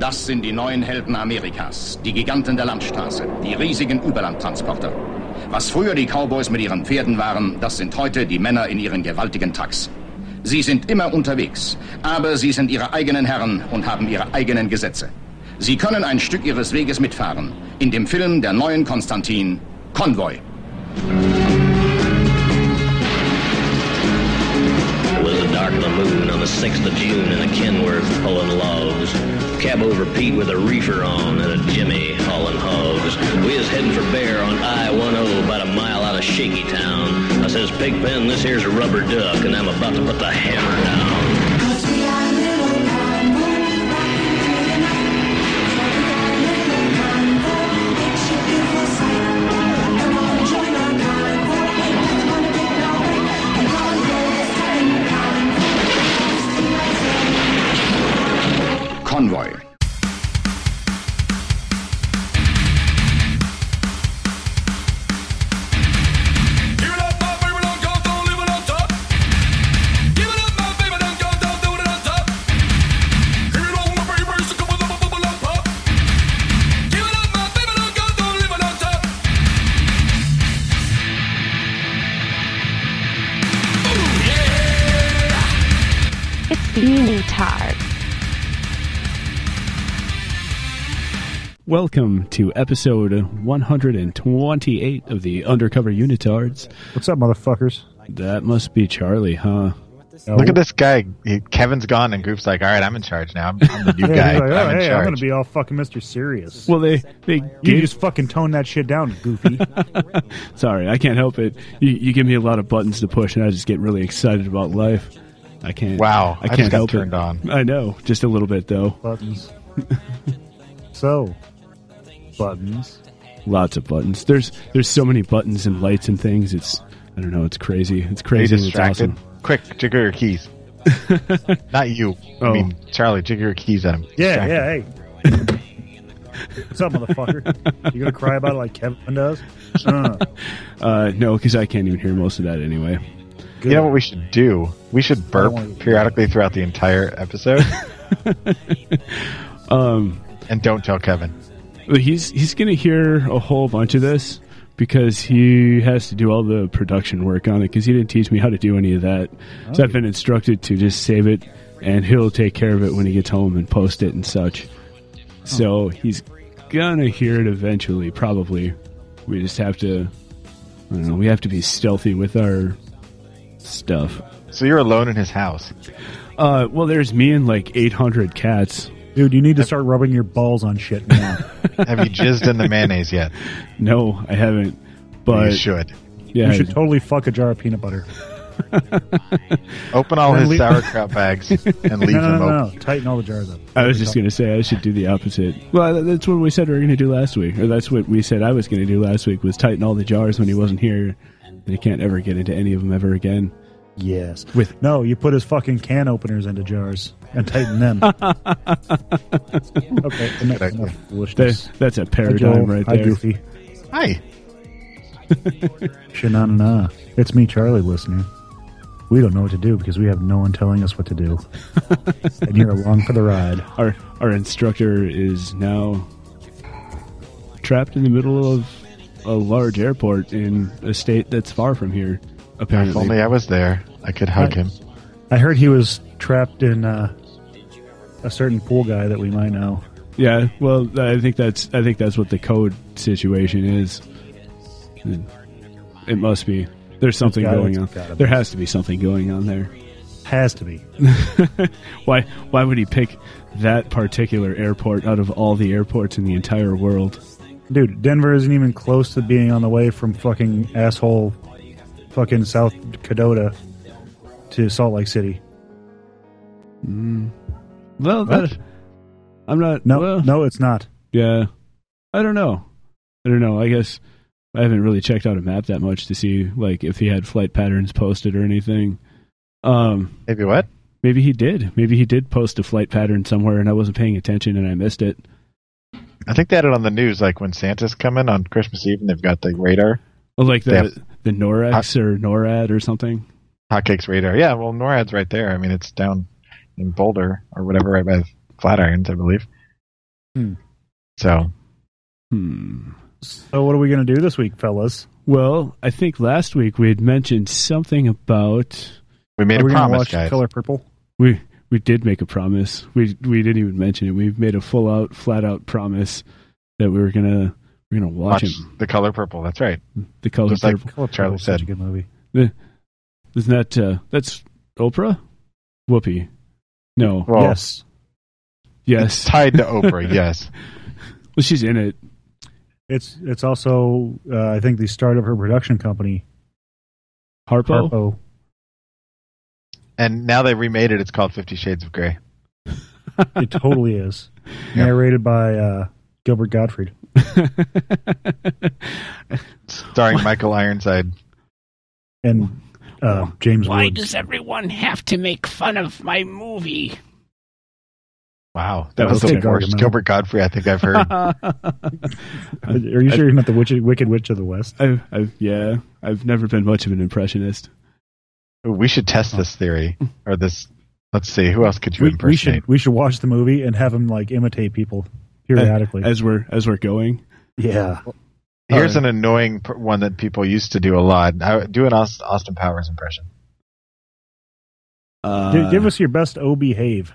Das sind die neuen Helden Amerikas, die Giganten der Landstraße, die riesigen Überlandtransporter. Was früher die Cowboys mit ihren Pferden waren, das sind heute die Männer in ihren gewaltigen Trucks. Sie sind immer unterwegs, aber sie sind ihre eigenen Herren und haben ihre eigenen Gesetze. Sie können ein Stück ihres Weges mitfahren. In dem Film der neuen Konstantin, Konvoi. It was the dark of the moon on the 6th of June in the Kenworth hauling logs. Cab over Pete with a reefer on and a Jimmy hauling hogs. We is heading for Bear on I-10 about a mile out of Shaky Town. I says, Pigpen, this here's a rubber duck and I'm about to put the hammer down. Konvoi. Give it up, my baby, don't go, don't leave it on top. Give it up, my baby, don't go, don't do it on top. Give it up, my baby, so come on, bubble, bubble, bubble, pop. Give it up, my baby, don't go, don't leave it on top. Ooh, yeah. It's Beanie Tard. Welcome to episode 128 of the Undercover Unitards. What's up, motherfuckers? That must be Charlie, huh? Look at this guy. He- Kevin's gone, and Group's like, "All right, I'm in charge now. I'm, I'm the new Yeah, guy. he's like, oh, I'm in hey, I'm charge." gonna be all fucking Mr. Serious. Well, they they you gave, just fucking tone that shit down, Goofy. sorry, I can't help it. You, you give me a lot of buttons to push, and I just get really excited about life. I can't. Wow, I I just can't got help turned it. on. I know, just a little bit though. buttons. so, buttons. Lots of buttons. There's there's so many buttons and lights and things. It's I don't know. It's crazy. It's Are you crazy. and It's distracted? awesome. Quick, jigger your keys. Not you. I Oh. mean, Charlie, jigger your keys at him. Yeah, Distracted. yeah. Hey, what's up, motherfucker? You gonna cry about it like Kevin does? Uh, Uh, no, because I can't even hear most of that anyway. You know what we should do? We should burp wanna- periodically throughout the entire episode. and don't tell Kevin. Well, He's he's gonna hear a whole bunch of this because he has to do all the production work on it because he didn't teach me how to do any of that. So I've been instructed to just save it and he'll take care of it when he gets home and post it and such. So he's gonna hear it eventually, probably. We just have to I don't know, we have to be stealthy with our stuff. So you're alone in his house. Uh, well there's me and like eight hundred cats. dude, you need to start rubbing your balls on shit now. Have you jizzed in the mayonnaise yet? No, I haven't. you But should. yeah, You should totally fuck a jar of peanut butter. Open all Then his leave- sauerkraut bags and leave No, them no, open. no, no. Tighten all the jars up. I was just going to say I should do the opposite. Well, th- that's what we said we were going to do last week, or that's what we said I was going to do last week was tighten all the jars when he wasn't here, and he can't ever get into any of them ever again. Yes. With- no, you put his fucking can openers into jars and tighten them. okay, enough, idea. enough There, foolishness. that's a Hi, Joel. paradigm right Hi, there. Goofy. Hi. Shanana. It's me, Charlie, listening. We don't know what to do because we have no one telling us what to do, and you're along for the ride. Our our instructor is now trapped in the middle of a large airport in a state that's far from here. If Apparently, only I was there, I could hug him. I heard he was trapped in uh, a certain pool guy that we might know. yeah. Well, I think that's I think that's what the code situation is. It must be. There's something gotta- going it's on. gotta be. There has to be something going on there. Has to be. Why? Why would he pick that particular airport out of all the airports in the entire world? Dude, Denver isn't even close to being on the way from fucking asshole fucking South Dakota to Salt Lake City. Well, Hmm. What? that, I'm not. No, well, no, it's not. Yeah. I don't know. I don't know. I guess I haven't really checked out a map that much to see like if he had flight patterns posted or anything. Um, Maybe what? maybe he did. Maybe he did post a flight pattern somewhere and I wasn't paying attention and I missed it. I think they had it on the news, like when Santa's coming on Christmas Eve, and they've got the radar, Oh, Like the Yep. the Norex or NORAD or something. hotcakes radar. Yeah, well, NORAD's right there. I mean, it's down in Boulder or whatever, right by the Flatirons, I believe. Hmm. So Hmm. So what are we going to do this week, fellas? Well, I think last week we had mentioned something about we made are we a gonna promise, watch guys. Color Purple? we we did make a promise. We we didn't even mention it. We've made a full out, flat out promise that we were gonna we're gonna Watch watch, him. the color purple. That's right. The color Just like- purple. Color Charlie Purple's such said. a good movie. Isn't that uh, that's Oprah? Whoopi. No. Well, yes, it's yes. tied to Oprah. yes, Well, she's in it. it's it's also uh, I think the start of her production company, Harpo. Harpo. and now they remade it. It's called Fifty Shades of Grey. It totally is narrated by uh, Gilbert Gottfried. starring Michael Ironside. and uh, James Woods. everyone have to make fun of my movie? Wow, that, That was, was a the good worst argument. Gilbert Godfrey I think I've heard. Are you sure you're not the witch, Wicked Witch of the West? I've, I've, Oh, yeah, I've never been much of an impressionist. we should test this theory or this. Let's see, who else could you We, we impersonate? should we should watch the movie and have him like imitate people periodically. As we're as we're going, yeah, Here's an annoying p- one that people used to do a lot. I, do an Aust- Austin Powers impression. uh, Gi- give us your best O behave.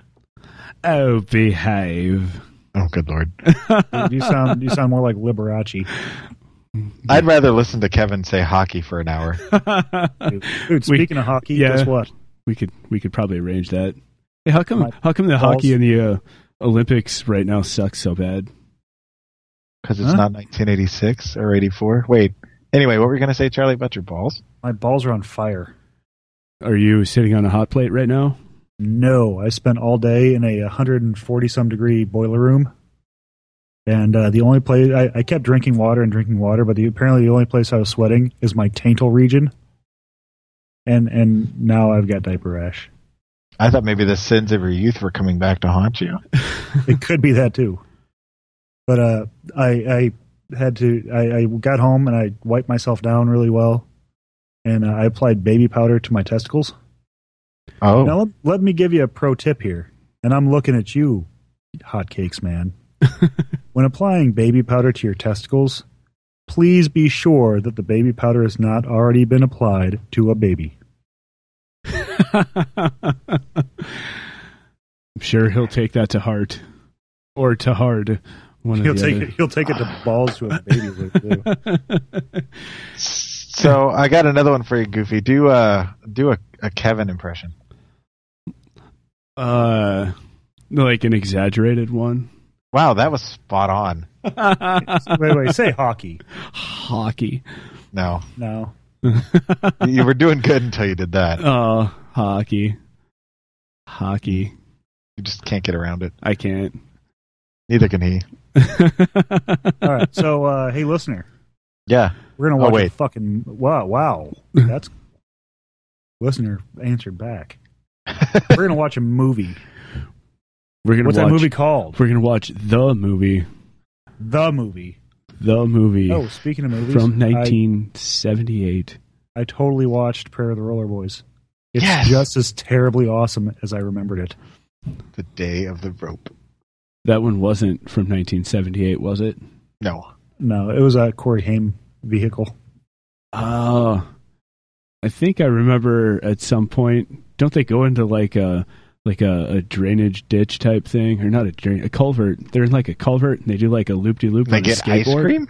oh behave. Oh, good lord! You sound you sound more like Liberace. I'd rather listen to Kevin say hockey for an hour. Dude, Dude, speaking of hockey, yeah. guess what? we could we could probably arrange that. Hey, how come My how come the balls. hockey in the uh, Olympics right now sucks so bad? Because it's Huh? not 1986 or 84. Wait. Anyway, what were you going to say, Charlie, about your balls? My balls are on fire. Are you sitting on a hot plate right now? No, I spent all day in a 140 some degree boiler room, and uh, the only place I, I kept drinking water and drinking water, but the, apparently the only place I was sweating is my taintal region, and and now I've got diaper rash. I thought maybe the sins of your youth were coming back to haunt you. it could be that too. But uh, I I had to I, I got home and I wiped myself down really well, and uh, I applied baby powder to my testicles. Oh, Now let, let me give you a pro tip here, and I'm looking at you, hotcakes man. when applying baby powder to your testicles, please be sure that the baby powder has not already been applied to a baby. I'm sure he'll take that to heart, or to hard. One He'll of take the it, he'll take it to balls to a baby. with, too. So I got another one for you, Goofy. Do uh do a, a Kevin impression. other. Uh, like an exaggerated one. Wow, that was spot on. wait, wait, say hockey. Hockey. No, No, you were doing good until you did that. Oh, hockey. Hockey. You just can't get around it. I can't. Neither can he. all right. So uh, hey, listener. Yeah. We're gonna Oh, watch a wait. fucking wow, wow. That's listener answered back. We're gonna watch a movie. We're gonna What's watch, that movie called? We're gonna watch the movie. The movie. The movie Oh, speaking of movies, from I- 1978. I, totally watched Prayer of the Roller Boys. It's Yes! just as terribly awesome as I remembered it. The day of the rope. That one wasn't from 1978, was it? No. No, it was a Corey Haim vehicle. Oh, I think I remember at some point. Don't they go into like a like a, a drainage ditch type thing, or not a drain, a culvert? They're in like a culvert, and they do like a loop de loop. They get ice cream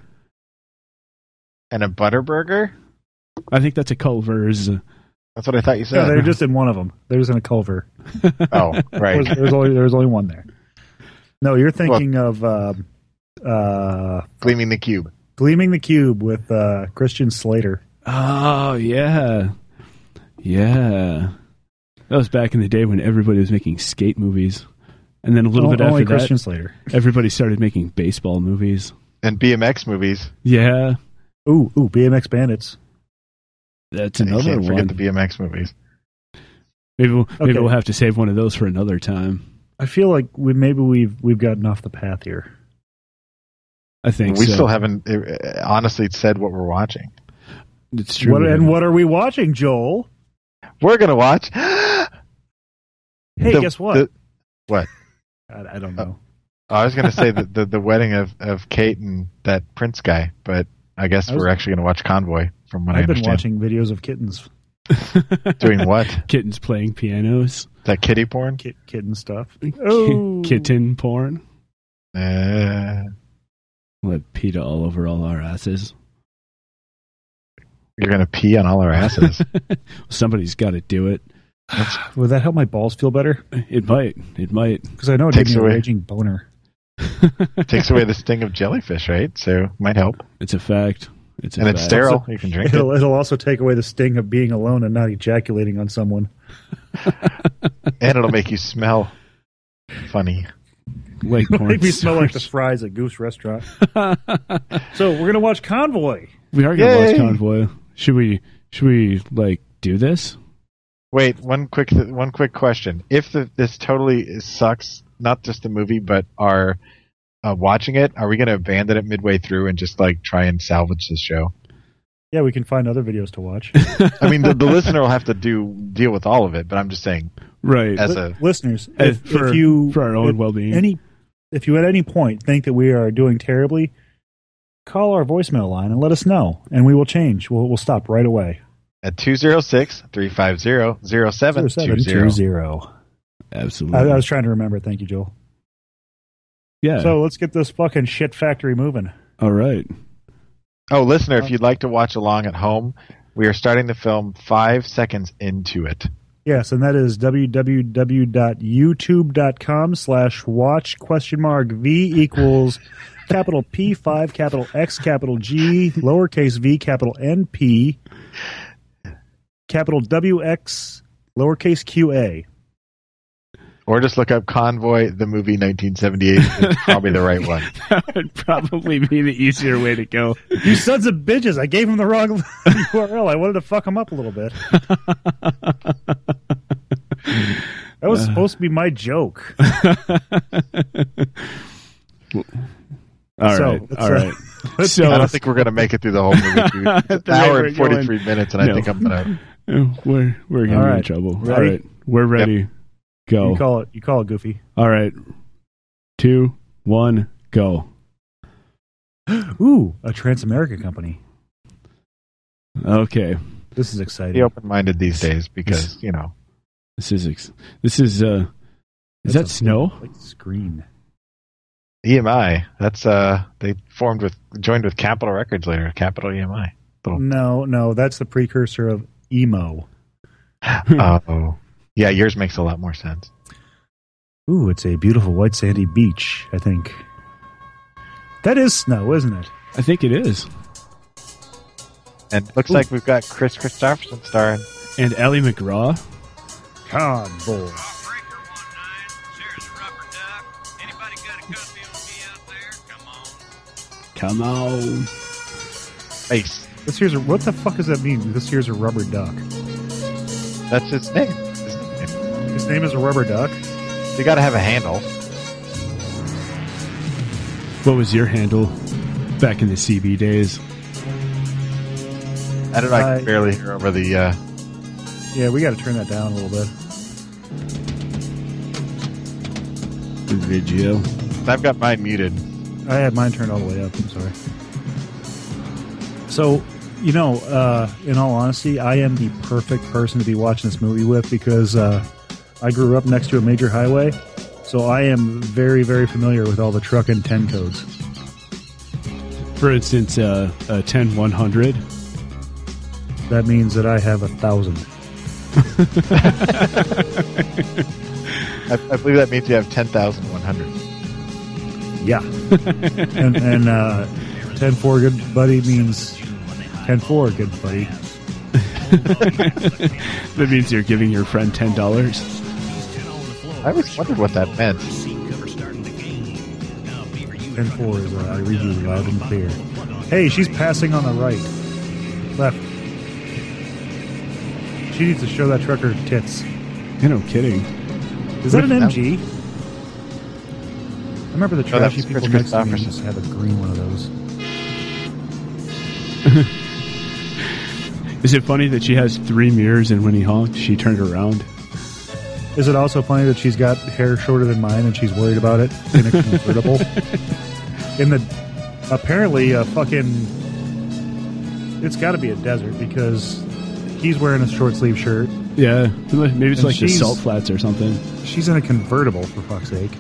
and a butter burger. I think that's a culvers. That's what I thought you No, said. they're just in one of them. They're just in a culver. oh, There was, right. there was only there was only one there. No, you're thinking of um uh, Gleaming the cube. Gleaming the Cube with uh, Christian Slater. Oh yeah, yeah. That was back in the day when everybody was making skate movies, and then a Oh, little Only bit after that, Christian Slater. everybody started making baseball movies. And BMX movies. Yeah, Ooh, ooh, BMX Bandits. that's You another can't one. forget the BMX movies. maybe we'll, maybe Okay. we'll have to save one of those for another time. I feel like we maybe we've we've gotten off the path here. I think we so. still haven't uh, honestly said what we're watching. It's true. What, we and haven't. what are we watching, Joel? We're gonna watch. Hey, The- guess what? the- what? Oh, I, I don't know. I was gonna say the, the the wedding of of Kate and that Prince guy, but I guess I was- we're actually gonna watch Convoy. From what I I've been understand, watching videos of kittens, doing what Kittens playing pianos. that kitty porn. kit, kitten stuff. Kitten porn. Oh. Uh, Let PETA all over all our asses. you're gonna pee on all our asses. Somebody's got to do it. Would that help my balls feel better? It might. It might. Because I know it Takes takes me a away. raging boner. Takes away the sting of jellyfish, right? So might help. It's a fact. It's a and fact. it's sterile. You can drink it. It'll, it'll also take away the sting of being alone and not ejaculating on someone. and it'll make you smell funny. Like porn Maybe smell like the stars. fries at Goose Restaurant. so we're gonna watch Convoy. We are gonna watch Yay! Convoy. Should we? Should we like do this? Wait, one quick th- one quick question. If the, this totally is- sucks, not just the movie, but our uh, watching it, are we going to abandon it midway through and just like try and salvage the show? Yeah, we can find other videos to watch. I mean, the, the listener will have to do deal with all of it, but I'm just saying, Right. as a Listeners, As- if, for- if you for our own if well-being. any if you at any point think that we are doing terribly, call our voicemail line and let us know, and we will change. We'll we'll stop right away. at 206 350 Seven two 0720. zero. Absolutely. I, I was trying to remember. Thank you, Joel. yeah. So let's get this fucking shit factory moving. all right. Oh, listener, if you'd like to watch along at home, we are starting the film five seconds into it. Yes, and that is www.youtube.com slash watch question mark V equals capital P5, capital X, capital G, lowercase v, capital N, P, capital WX, lowercase QA. Or just look up Convoy, the movie 1978. It's probably the right one. that would probably be the easier way to go. You sons of bitches, I gave him the wrong URL. I wanted to fuck him up a little bit. That was supposed to be my joke. All right. So, all let's, uh, right. let's So- I don't think we're going to make it through the whole movie. dude. It's The an way hour we're and 43 going. minutes, and No. I think I'm going to. Oh, We're we're gonna All be in right. trouble. All Ready? right. We're ready. Go. You call it, you call it goofy. All right. Two, one, go. Ooh, a Transamerica company. Okay. This is exciting. Be open minded these days because, you know, This is ex- this is uh is that That's a snow? Like screen. EMI, E that's, uh, they formed with, joined with Capitol Records later, Capitol EMI. Little, No, no, that's the precursor of emo. Mm. oh. Yeah, yours makes a lot more sense. Ooh, it's a beautiful white sandy beach, I think. That is snow, isn't it? I think it is. And looks like we've got Chris Christopherson starring. And Ellie McGraw. Convoy. Breaker 19, Sheriff's Rubber Duck. Anybody got a copy of me out there? Come on. Come on. Face. This here's a what the fuck does that mean? This here's a rubber duck. That's his name. His name. His name is a rubber duck. You got to have a handle. What was your handle back in the CB days? I don't know. I Uh, can barely hear over the. Uh, Yeah, we got to turn that down a little bit. Video. I've got mine muted. I had mine turned all the way up. I'm sorry. So, you know, uh, in all honesty, I am the perfect person to be watching this movie with because uh, I grew up next to a major highway, so I am very, very familiar with all the truck and ten codes. For instance, uh, uh ten one hundred. That means that I have a thousand. I, I believe that means you have 10,100. Yeah, and and uh, ten four good buddy means ten four good buddy. that means you're giving your friend ten dollars. I always wondered what that meant. Ten four is uh, I read you loud and clear. Hey, she's passing on the right, left. She needs to show that trucker tits. Yeah, no kidding. Is that an That- Oh, MG? I remember the that trashy was Chris people next to me Christopherson. used to have a green one of those. Is it funny that she has three mirrors and when he honked, she turned around? Is it also funny that she's got hair shorter than mine and she's worried about it in a convertible? in the apparently a fucking it's got to be a desert because he's wearing a short sleeve shirt. Yeah, maybe it's And like the she's- salt flats or something. She's in a convertible for fuck's sake.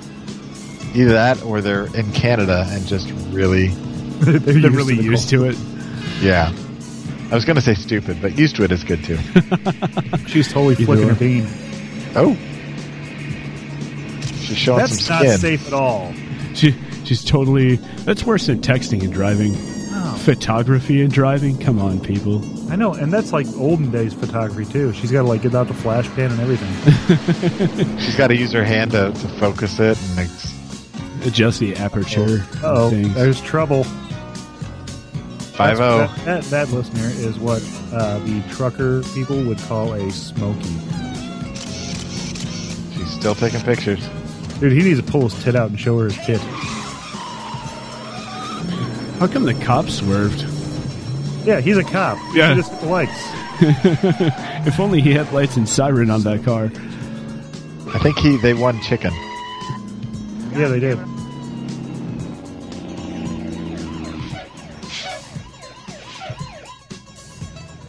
Either that or they're in Canada and just really, They're, They're really used to it. yeah. I was going to say stupid, but used to it is good too. cold. She's totally flicking or. a bean. oh. She's showing That's some not skin. safe at all. She, she's totally. That's worse than texting and driving. Oh. Photography and driving. Come on, people. I know, and that's like olden days photography too. She's got to like get out the flash pan and everything. She's got to use her hand to, to focus it. And it's, Adjust the aperture. Oh, things. there's trouble. 5 That's- That, that, that listener is what uh, the trucker people would call a smoky. She's still taking pictures. Dude, he needs to pull his tit out and show her his tit. How come the cop swerved? Yeah, he's a cop. Yeah. He just hit the lights. If only he had lights and siren on that car. I think he they won chicken. Yeah, they did.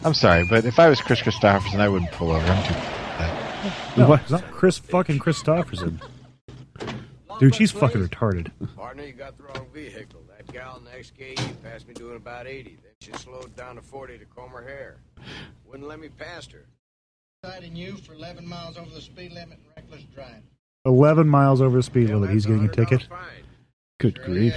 I'm sorry, but if I was Chris Christopherson, I wouldn't pull over. I'm too- No, What? it's not Chris fucking Christopherson. Dude, she's fucking retarded. Partner, you got the wrong vehicle. That gal next gate you passed me doing about 80. Then she slowed down to 40 to comb her hair. Wouldn't let me past her. Citing you for 11 miles over the speed limit and reckless driving. 11 miles over the speed limit. He's getting a ticket. Good grief.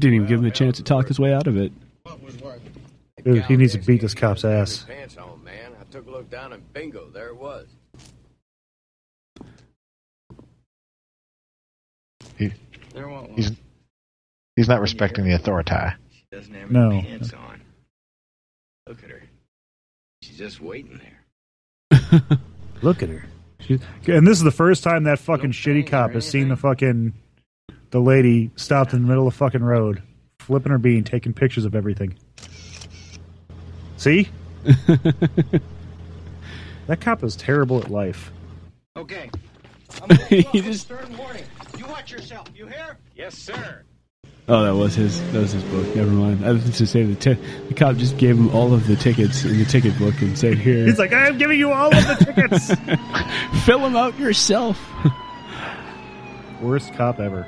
Didn't even give him a chance to talk his way out of it. What was worth it? That Dude, gal he needs to next beat gate, this you cop's had ass. his Pants on, man. I took a look down and bingo, there it was. He- There won't one. He's he's not respecting the authority. doesn't have No. any pants on. Look at her. She's just waiting there. Look at her. She, and this is the first time that fucking shitty cop has seen the fucking the lady stopped in the middle of the fucking road, flipping her bean, taking pictures of everything. See? that cop is terrible at life. Okay. he just. Third warning. You watch yourself. You hear? Yes, sir. Oh, that was his. That was his book. Never mind. I was just to say the ti- the cop just gave him all of the tickets in the ticket book and said, "Here, He's like, I'm giving you all of the tickets. fill them out yourself." Worst cop ever.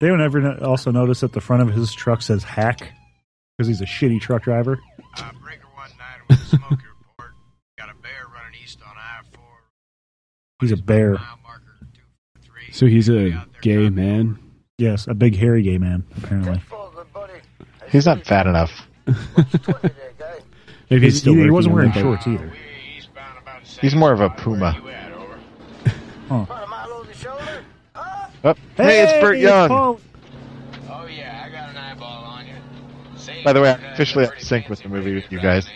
They don't ever no- also notice at the front of his truck says hack because he's a shitty truck driver. Uh, breaker one nine with a smoky report. Got a bear running east on I four. He's a bear. Mile marker two three. So he's a gay man. Yes, a big hairy gay man, apparently. He's not fat enough. Maybe he's He- still he, working wasn't on wearing that. shorts either. He's more of a puma. Oh, hey, it's Burt Young. Paul. Oh yeah, I got an eyeball on you. By the way, I'm officially out of sync with the movie with you guys.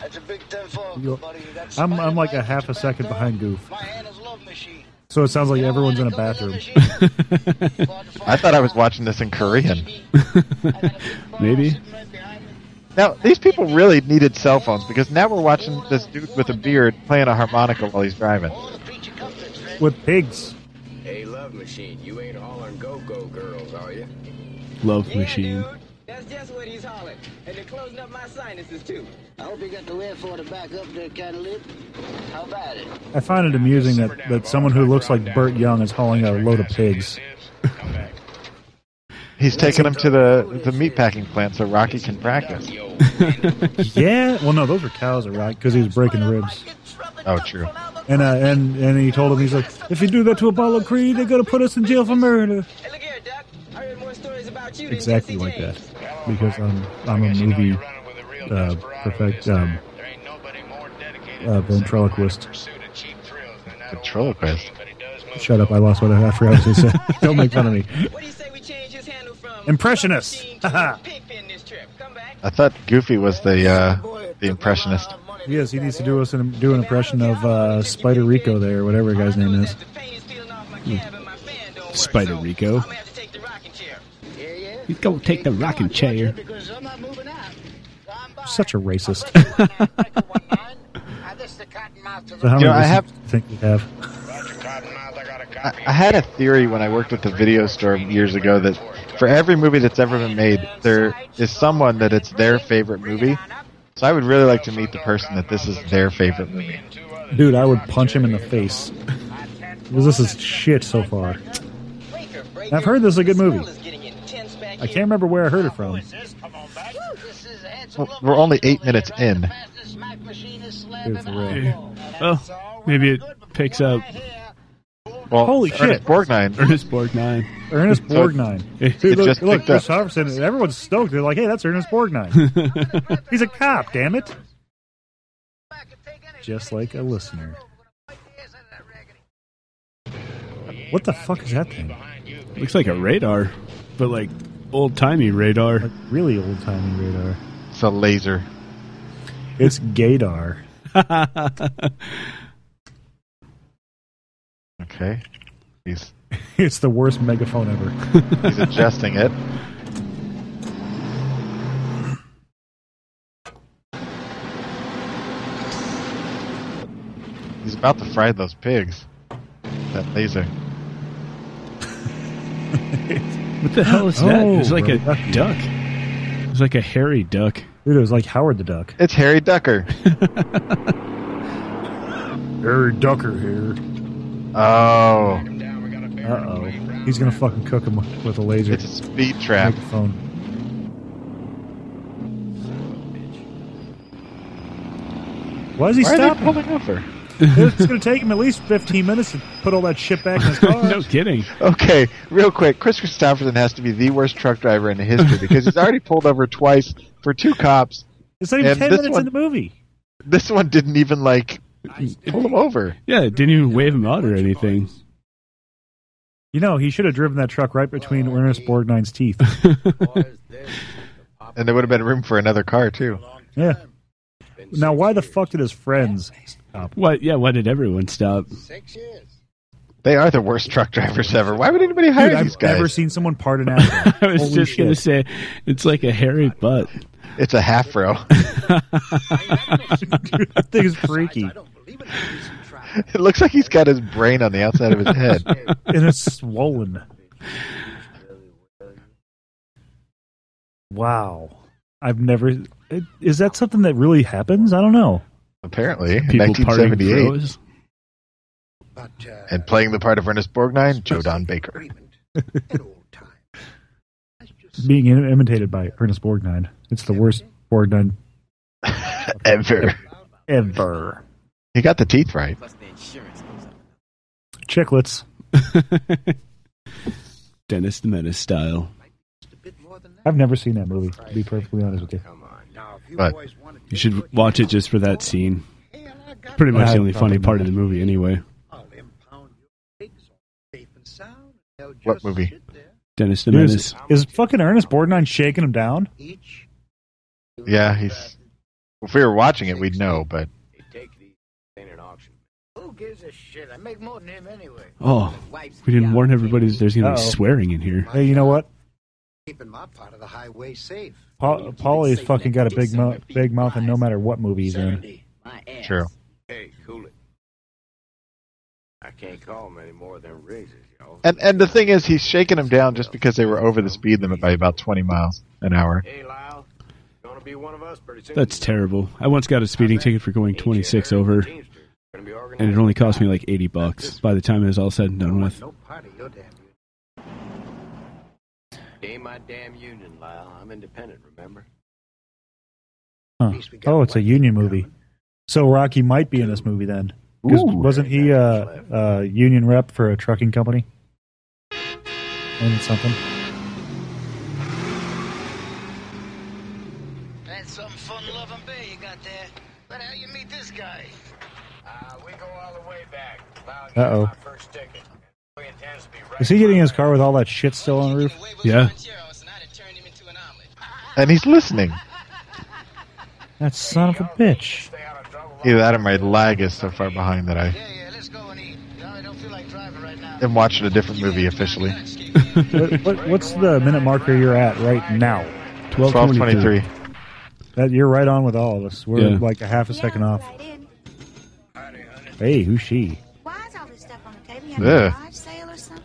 That's a big You- tenfold, buddy. That's I'm- I'm like a spider-man half a back second there. behind Goof. My hand is a love machine. So it sounds like You know everyone's why in a they call bathroom. it a love machine? I thought I was watching this in Korean. Maybe. Now these people really needed cell phones because now we're watching this dude with a beard playing a harmonica while he's driving. With pigs. Hey, love machine, you ain't hauling go-go girls, are you? Love machine. That's just what he's hauling. And they're closing up my sinuses, too. I hope you got the lid for to back up there, kind of lip. How about it? I find it amusing that, that someone who looks like Burt Young is hauling a load of pigs. He's taking him to the the meatpacking plant so Rocky can practice. Yeah? Well, no, those were cows, right? Because he was breaking ribs. Oh, true. And uh, and and he told him, he's like, if you do that to Apollo Creed, they're going to put us in jail for murder. Hey, look here, Doc. I heard more stories about you Exactly like that. Because I'm, I'm a um, movie uh, perfect um, uh, ventriloquist. Ventriloquist. Shut up! I lost what I, I forgot what I said. Don't make fun of me. What do you say we change his handle from Impressionist. machine to Haha. pigpen this trip? Come back. I thought Goofy was the uh, the impressionist. yes, he needs to do us an, do an impression of uh, Spider Rico there, or whatever the guy's name is. Spider Rico. You go take the rocking chair. Such a racist. so how You many know, I racists have- do you think we have? I, I had a theory when I worked with the video store years ago that for every movie that's ever been made, there is someone that it's their favorite movie. So I would really like to meet the person that this is their favorite movie. Dude, I would punch him in the face. Because this is shit so far. I've heard this is a good movie. I can't remember where I heard it from. Well, We're only eight minutes in. Dude, for real. Well, maybe it picks up Well, Holy shit. Ernest Borgnine. Ernest Borgnine. Ernest So it- Borgnine. it Dude, look, just look picked up. Chris Hofferson, everyone's stoked. They're like, hey, that's Ernest Borgnine. He's a cop, damn it. Just like a listener. What the fuck is that thing? Looks like a radar, but like old timey radar. Like, really old timey radar. It's a laser. It's Gadar. Okay. He's It's the worst megaphone ever. he's adjusting it. He's about to fry those pigs. That laser. What the hell is that? Oh, it's like a Rebecca. duck. It's like a hairy duck. Dude, it was like Howard the Duck. It's Harry Ducker. Harry Ducker here. Oh, Uh oh. He's gonna fucking cook him with- with a laser. it's a speed trap. Microphone. Why is he Why are they stopping? pulling over? it's going to take him at least 15 minutes to put all that shit back in his car. no kidding. Okay, real quick. Chris Christopherson has to be the worst truck driver in history because he's already pulled over twice for two cops. It's not even And 10 this minutes one- in the movie. This one didn't even like pull him over. Yeah, it didn't even wave him out or anything. You know, he should have driven that truck right between Ernest Borgnine's teeth. And there would have been room for another car too. Yeah. Now, why the fuck did his friends stop? What? Yeah, why did everyone stop? Six years. They are the worst truck drivers ever. Why would anybody hire Dude, these I've guys? never seen someone part an apple. I was Holy just gonna shit. say it's like a hairy butt. It's a half row. Dude, that thing is freaky. it looks like he's got his brain on the outside of his head. and it's swollen. Wow. I've never. it- Is that something that really happens? I don't know. Apparently, in People parting 1978, froze. But, uh, and playing the part of Ernest Borgnine, Joe Don Baker. agreement at all times. That's just Being im- imitated by Ernest Borgnine. It's the worst Borgnine Ever. ever. He got the teeth right. Plus the insurance goes up. Chicklets. Dennis the Menace style. a bit more than that. I've never seen that movie, to be perfectly honest with you. Come on. Now, if you But- boys want to You should watch it just for that scene. Pretty much the only funny part of the movie, anyway. I'll impound your pigs on safe and sound. They'll just What movie? sit there, Dennis the Dude, Menace. is, is fucking Ernest Borgnine shaking him down? each. Yeah, he's. If we were watching it, we'd know. But They take these in an auction. Who gives a shit? I make more than him anyway. Oh, we didn't warn everybody that there's going to be Uh-oh. swearing in here. Hey, you know what? Keeping my part of the highway safe. Pa- Paulie's fucking got a big, mo- big mouth, and no matter what movie he's in. My ass. true. Hey, cool it. I can't call them any more than raises, y'all. And and the thing is, he's shaking them down just because they were over the speed limit by about 20 miles an hour. Hey, Lyle, gonna be one of us pretty soon. That's terrible. I once got a speeding ticket for going 26 over, and it only cost me like 80 bucks by the time it was all said and done with. No part of your damn union. Ain't my damn union, Lyle. I'm independent, remember? Huh. Oh, it's a union movie. So Rocky might be in this movie then. 'Cause wasn't he a uh, uh, union rep for a trucking company? And something. That's some fun Uh, Uh oh. Is he getting in his car with all that shit still on the roof? Yeah. And he's listening. That son of a bitch. Either that or my lag is so far behind that I am watching a different movie officially. what, what, what's the minute marker you're at right now? 12:23. That you're right on with all of us. We're Yeah. like a half a second off. Hey, who's she? Why is all this stuff on the table? You having a Yeah. garage sale or something?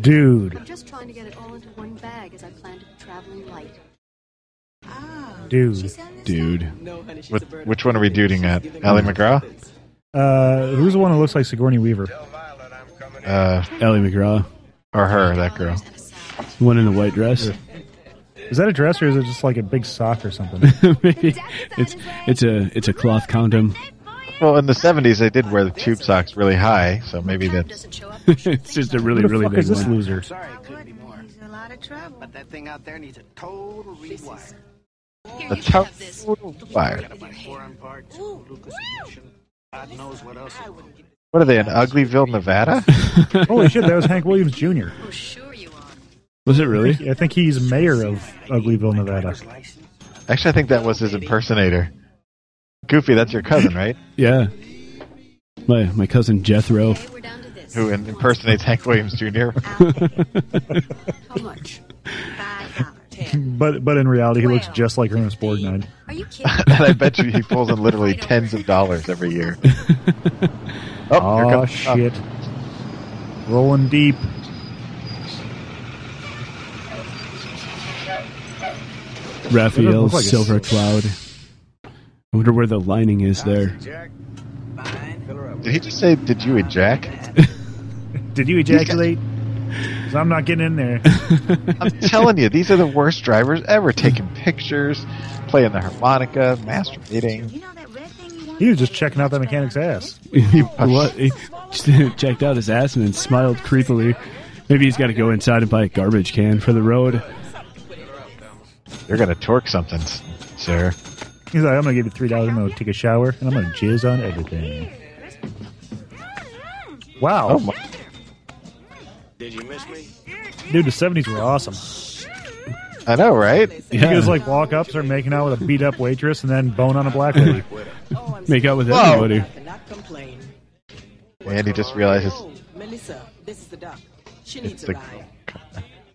Dude, I'm just trying to get it all into one bag as I plan to be traveling light. dude, dude. What, which one are we duding at? Ellie McGraw? Uh, who's the one who looks like Sigourney Weaver? Uh, Ellie McGraw. Or her, that girl. The one in the white dress. Is that a dress or is it just like a big sock or something? Maybe it's it's a it's a cloth condom. Well, in the 70s, they did wear the tube socks really high, so maybe that's. it's just a really Who the really fuck big is this one. loser? Sorry, it could be more. He's a lot of trouble. But that thing out there needs a total rewire. A total fire. God knows what else. What are they in Uglyville, Nevada? Holy shit, that was Hank Williams Jr. Was it really? I think, I think he's mayor of Uglyville, Nevada. Actually, I think that was his impersonator. Goofy, that's your cousin, right? Yeah. My my cousin Jethro. Who in- impersonates Hank Williams Jr. How much? But but in reality, he looks just like Ernest Borgnine. Are you kidding? and I bet you he pulls in literally tens of dollars every year. Oh, here Oh, comes- shit. Rolling deep. It doesn't Raphael look like a- Silver Cloud. I wonder where the lining is there. Did he just say, Did you ejack? Did you ejaculate? 'Cause I'm not getting in there. I'm telling you, these are the worst drivers ever taking pictures, playing the harmonica, masturbating. He was just checking out that mechanic's ass. he what? He just checked out his ass and then smiled creepily. Maybe he's got to go inside and buy a garbage can for the road. You're going to torque something, Oh, sir. He's like, I'm gonna give you three dollars. I'm gonna take a shower and I'm gonna jizz on everything. Wow, Oh my- Did you miss me? dude, the '70s were awesome. I know, right? You could just like walk up, start making out with a beat up waitress, and then bone on a black lady. Make out with Whoa. everybody. Not complain. And he just realizes Oh, Melissa, this is the doc. She it's needs the a ride.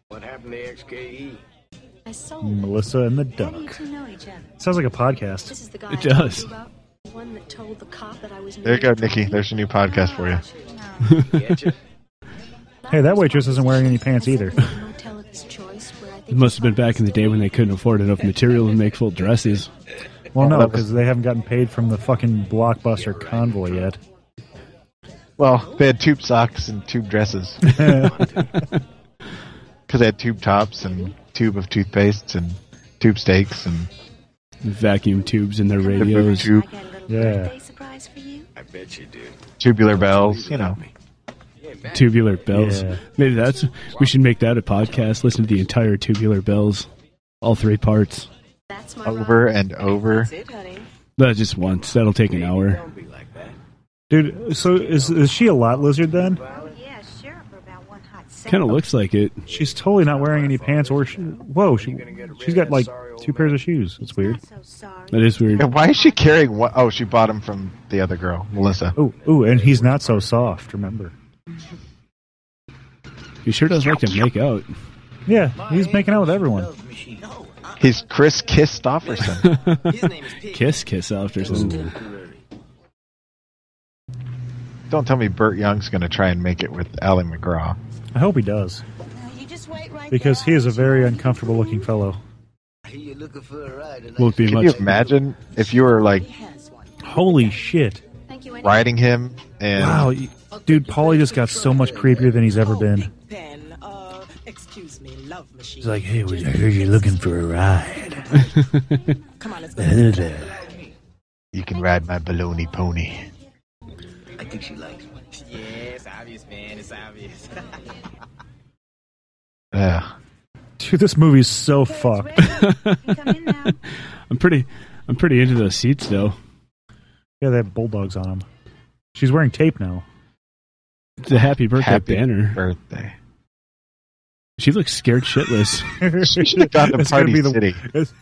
What happened to XKE? I sold it. Melissa and the How do you Duck. two know each other? Sounds like a podcast. This is the guy It I told does. you about, the one that told the cop that I was There you go, Nikki. There's your new podcast for you. Hey, that waitress isn't wearing any pants either. motel of his choice where I It must have been back in the day when they couldn't afford enough material to make full dresses. Well, no, because they haven't gotten paid from the fucking blockbuster convoy yet. Well, they had tube socks and tube dresses. Because they had tube tops and tube of toothpastes and tube steaks and Vacuum tubes in their the radios. tube, birthday surprise for you. I bet you do. tubular bells, you know. Tubular bells. Yeah. Maybe that's. We should make that a podcast. Listen to the entire tubular bells, all three parts. Over and over. Not just once. That'll take an hour. Dude, so is is she a lot lizard then? Yeah, sure, for about one hot second. Kind of looks like it. She's totally not wearing any pants or sh- whoa, she, she's got like two pairs of shoes. That's weird. That is weird. And why is she carrying one oh she bought him from the other girl, Melissa. Oh, ooh, and he's not so soft. Remember? He sure does like to make out. Yeah, he's making out with everyone. He's Chris Kistofferson. kiss, kiss after something. Don't tell me Burt Young's going to try and make it with Ally McGraw. I hope he does, because he is a very uncomfortable looking fellow. Won't be Can much. you imagine if you were like Holy shit! riding him and Wow, you- dude, Paulie just got so much creepier than he's ever been. Pen, uh, excuse me, love machine. He's like, hey, I heard you're looking for a ride. Come on, let's go. Hello there. You can ride my baloney pony. I think she likes me. Yeah, it's obvious, man. It's obvious. Yeah. Dude, this movie's so fucked. I'm pretty. I'm pretty into those seats though. Yeah, they have bulldogs on him. She's wearing tape now. The happy birthday Happy banner. Birthday. She looks scared shitless. She should have gone to It's gonna Party be the- City.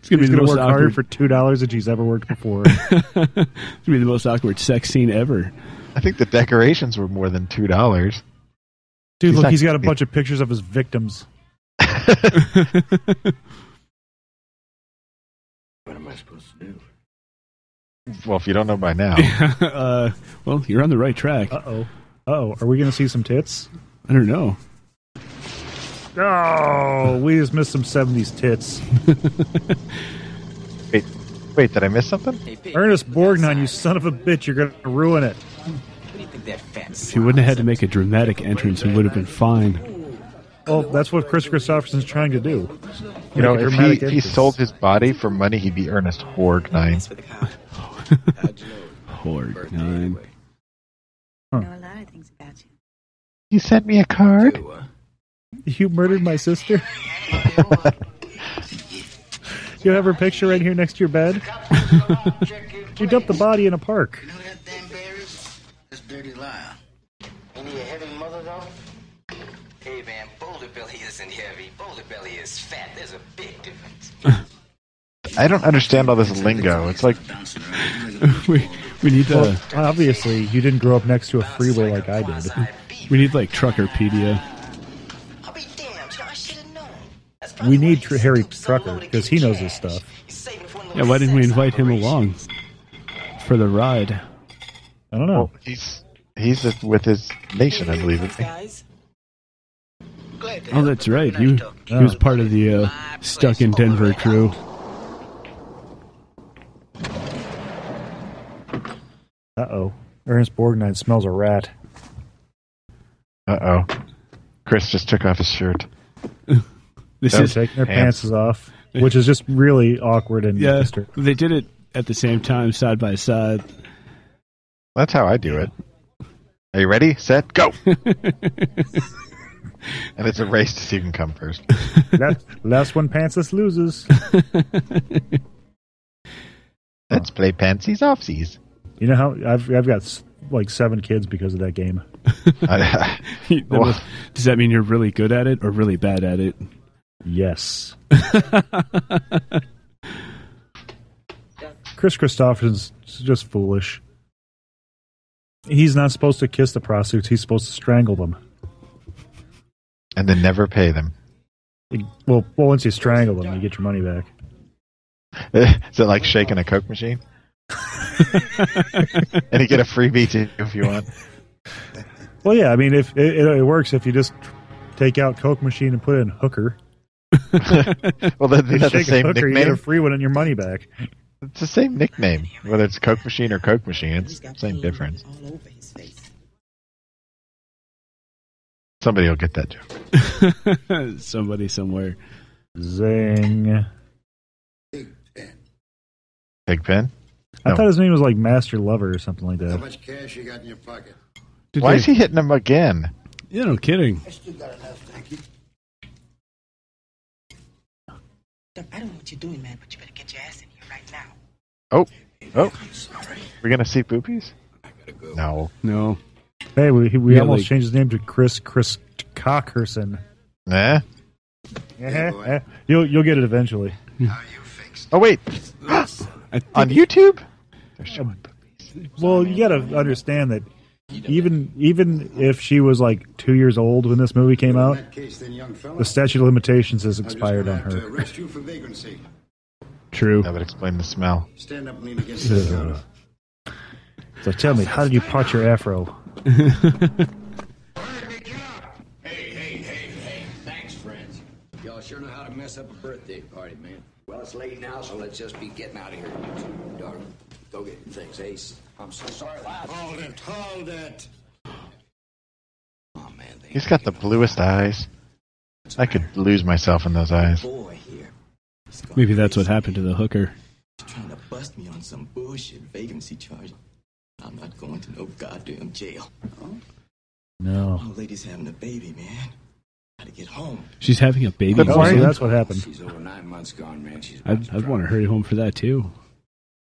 It's, gonna be He's the gonna most work harder awkward- for two dollars than she's ever worked before. It's gonna be the most awkward sex scene ever. I think the decorations were more than two dollars. Dude, He's look, not he's got a gonna be- bunch of pictures of his victims. What am I supposed to do? Well, if you don't know by now, uh, well, you're on the right track. Uh oh. Oh, are we going to see some tits? I don't know. Oh, we just missed some '70s tits. wait, wait, did I miss something? Ernest Borgnine, you son of a bitch! You're going to ruin it. If he wouldn't have had to make a dramatic entrance, it would have been fine. Well, that's what Chris Christopherson's trying to do. You know, Make a if he, dramatic if he entrance. sold his body for money, he'd be Ernest Horg Nine. Horde nine. Huh. know a lot of things about you. You sent me a card. You murdered my sister? you have her picture right here next to your bed? you dumped the body in a park. This dirty liar. Ain't he a heavy mother though? Hey man, Boulder Belly isn't heavy. Boulder Belly is fat. There's a big difference. I don't understand all this lingo. It's like we, we need uh, Well, to. obviously, you didn't grow up next to a freeway like I did. We need like Truckerpedia. I'll be damned. I should have known. That's We need Tr- Harry Trucker because he knows this stuff. Yeah, why didn't we invite him along for the ride? I don't know. he's he's just with his nation, I believe. isn't he? guys. Oh, that's right. You he was part of the uh, stuck in Denver crew. Uh oh. Ernest Borgnine smells a rat. Uh oh. Chris just took off his shirt. This They're is taking their pants. pants off, which is just really awkward and yeah. disturbing. They did it at the same time, side by side. That's how I do it. Are you ready? Set? Go! and it's a race to see who can come first. Last, last one pantsless loses. Let's play pansies offsies. You know how I've I've got s- like seven kids because of that game. I- That was- Does that mean you're really good at it or really bad at it? Yes. Chris Christopherson's just foolish. He's not supposed to kiss the prostitutes. He's supposed to strangle them. and then never pay them. Well, well, once you strangle them, you get your money back. Is it like shaking a Coke machine? and you get a freebie too if you want. Well, yeah, I mean, if it, it, it works, if you just take out Coke machine and put in hooker, Well, then you that's the shake a same hooker, you get a nickname. free one and your money back. It's the same nickname, whether it's Coke machine or Coke machine. It's the same difference. All over his face. Somebody will get that joke. Somebody somewhere. Zing! Pigpen. I No. thought his name was like Master Lover or something like that. much cash you got in your pocket? Did Why they- is he hitting him again? Yeah, no kidding. I still got enough, thank you. Look, I don't know what you're doing, man, but you better get your ass in here right now. Oh, oh, Sorry. we're gonna see boobies? No, No. Hey, we, we Yeah, almost like- changed his name to Chris Chris Cockerson. nah. Eh, eh. You'll you'll get it eventually. Oh wait, I think on YouTube? Well, you got to understand that even even if she was like two years old when this movie came out, case, then, young fella, the statute of limitations has expired on her. arrest you for vagrancy. True. That would explain the smell. Stand up and lean against the counter. So tell me, how did you part your afro? Hey, hey, hey, hey. Thanks, friends. Y'all sure know how to mess up a birthday party, man. Well, it's late now, so let's just be getting out of here. Darling, go get your things, Ace. I'm so sorry. Hold it, hold it. Oh, man, they He's got the bluest eyes. I could lose myself in those eyes. boy here. He's gone Maybe that's what crazy. happened to the hooker. trying to bust me on some bullshit vagrancy charge. I'm not going to no goddamn jail. No. Old lady's having a baby, man. Gotta get home. She's having a baby. Good Oh, so morning. also. that's what happened. She's over nine months gone, man. She's I'd, I'd want to hurry home for that too.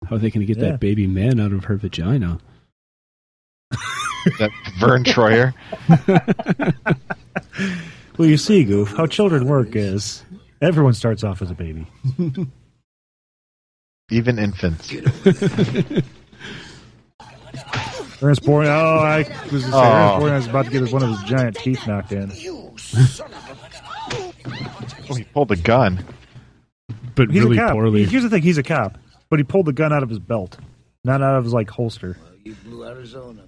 How are they going to get Yeah. that baby man out of her vagina? that Vern Troyer. Well, you see, Goof, how children work is everyone starts off as a baby. Even infants. Ernest Borgnine. Oh, I was, gonna Aw. say, Ernest Borgnine was about to get one of his giant teeth knocked in. Oh, he pulled a gun. But He's really a cop. poorly. Here's the thing: he's a cop, but he pulled the gun out of his belt, not out of his like holster. You blew Arizona.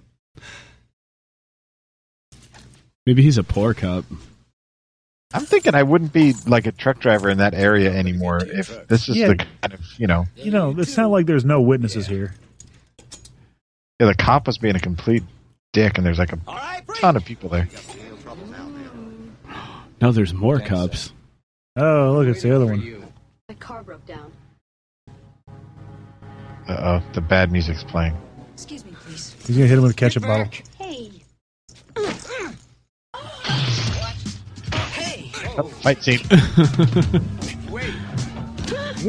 Maybe he's a poor cop. I'm thinking I wouldn't be like a truck driver in that area anymore if this is Yeah. the kind of you know You know, it's not like there's no witnesses here. yeah, the cop was being a complete dick and there's like a ton of people there. Now there's more cops. Oh, look, it's the other one. My car broke down. Uh oh, the bad music's playing. Excuse me, please. He's gonna hit him with a ketchup bottle. Hey. Oh, fight scene.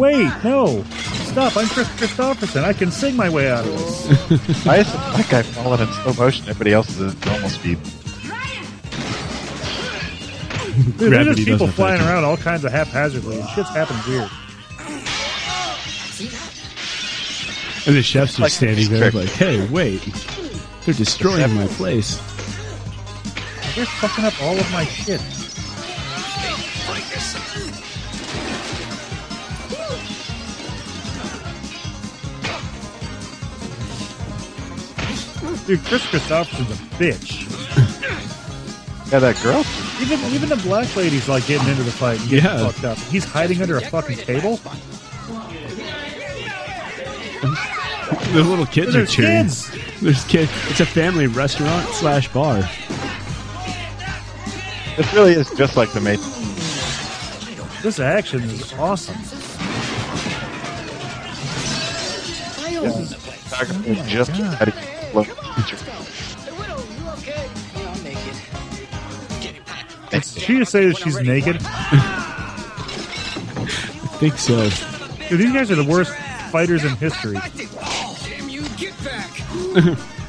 Wait, no, stop! I'm Chris Christopherson. I can sing my way out of this. Why is that guy falling in slow motion? Everybody else is at normal speed. Dude, there's Gravity just people doesn't flying affect around all kinds of haphazardly, and shit's happened weird. And the chef's just Like, standing there, trick. like, "Hey, wait! They're destroying my place." They're fucking up all of my shit. Dude, Chris Christopherson's a bitch. Yeah, that girl. Even even the black lady's like getting into the fight and getting Yeah. fucked up. He's hiding under a fucking table. The little kids There's are cheering. kids! There's kids. It's a family restaurant slash bar. This really is just like the Matrix. This action is awesome. This is Oh photography is just how to look Did she just say that she's naked? I think so. Dude, these guys are the worst fighters in history.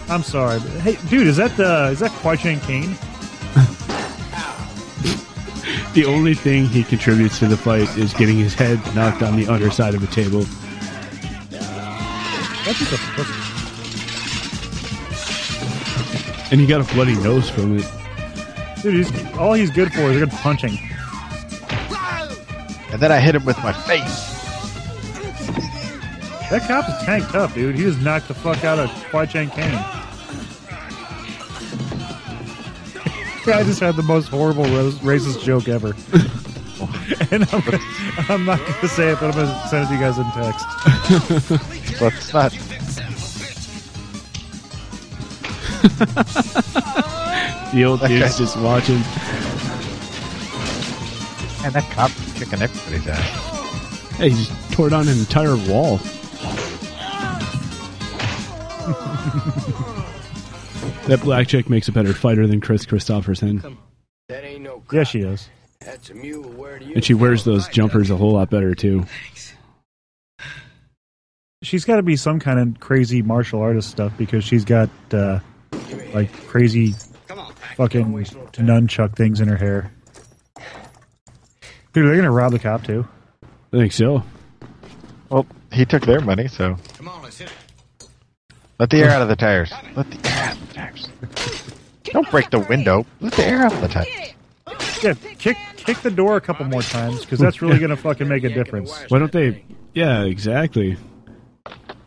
I'm sorry. But, hey, dude, is that uh, is that Kwai Chang Kane? The only thing he contributes to the fight is getting his head knocked on the underside of a table. That's just a pussy. And he got a bloody nose from it. Dude, he's, all he's good for is good punching. And then I hit him with my face. That cop is tanked up, dude. He just knocked the fuck out of Kwai Chang Kane. I just had the most horrible ro- racist joke ever. and I'm, I'm not going to say it, but I'm going to send it to you guys in text. Let's not. The old That dude's guy- just watching. And that cop is kicking everybody's ass. Hey, he just tore down an entire wall. that black chick makes a better fighter than Chris Christopherson. Yeah, she is. That's a mule. Where do you? And she wears those jumpers a whole lot better, too. She's got to be some kind of crazy martial artist stuff because she's got uh, like crazy fucking nunchuck things in her hair. Dude, they're going to rob the cop too. I think so. Well, he took their money, so. Let the air out of the tires. Let the air out of the tires. Don't break the window. Let the air out of the tires. Yeah, kick kick the door a couple more times because that's really going to fucking make a difference. Why don't they? Yeah, exactly.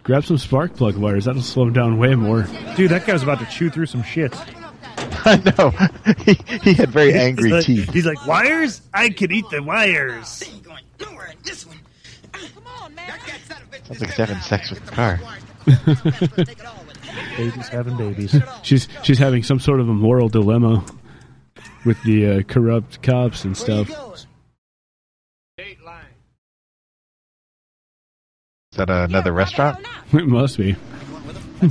Grab some spark plug wires. That'll slow him down way more. Dude, that guy was about to chew through some shit. I know. he, he had very angry he's like, teeth. He's like, wires? I could eat the wires. Sounds like he's having sex with the car. Babies having babies. she's she's having some sort of a moral dilemma with the uh, corrupt cops and stuff. Is that another restaurant? It must be.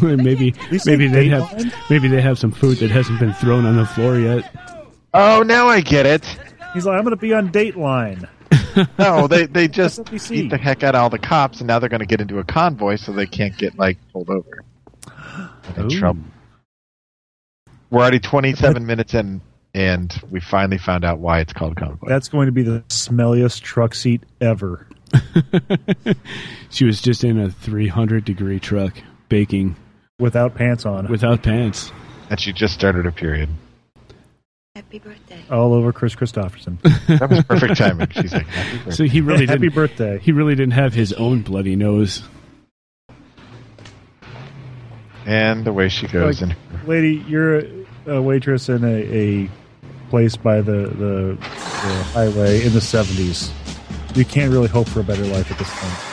maybe maybe they have maybe they have some food that hasn't been thrown on the floor yet. Oh, now I get it. He's like, I'm going to be on Dateline. No, they, they just beat the heck out of all the cops, and now they're going to get into a convoy so they can't get, like, pulled over. Get In trouble. We're already 27 minutes in, and we finally found out why it's called Convoy. That's going to be the smelliest truck seat ever. She was just in a 300 degree truck baking without pants on. Without pants. And she just started a period. Happy birthday. All over Chris Christopherson. That was perfect timing. She's like, "Happy birthday." So he really Happy didn't, birthday. He really didn't have his own bloody nose. And away she goes. Like, and lady, you're a, a waitress in a, a place by the, the, the highway in the 70s. You can't really hope for a better life at this point.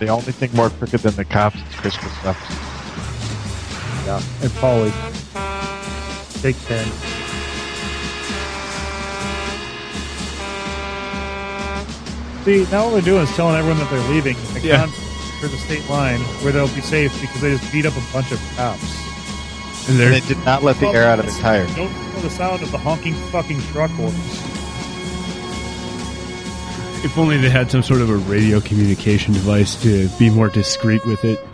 the only thing more crooked than the cops is Chris Christopherson. Yeah. And Polly, take 10. See, now what we're doing is telling everyone that they're leaving the Yeah. con- for the state line where they'll be safe because they just beat up a bunch of cops. And And there, they did not let the air out of the tire. Don't feel the sound of the honking fucking truck horns. if only they had some sort of a radio communication device to be more discreet with it.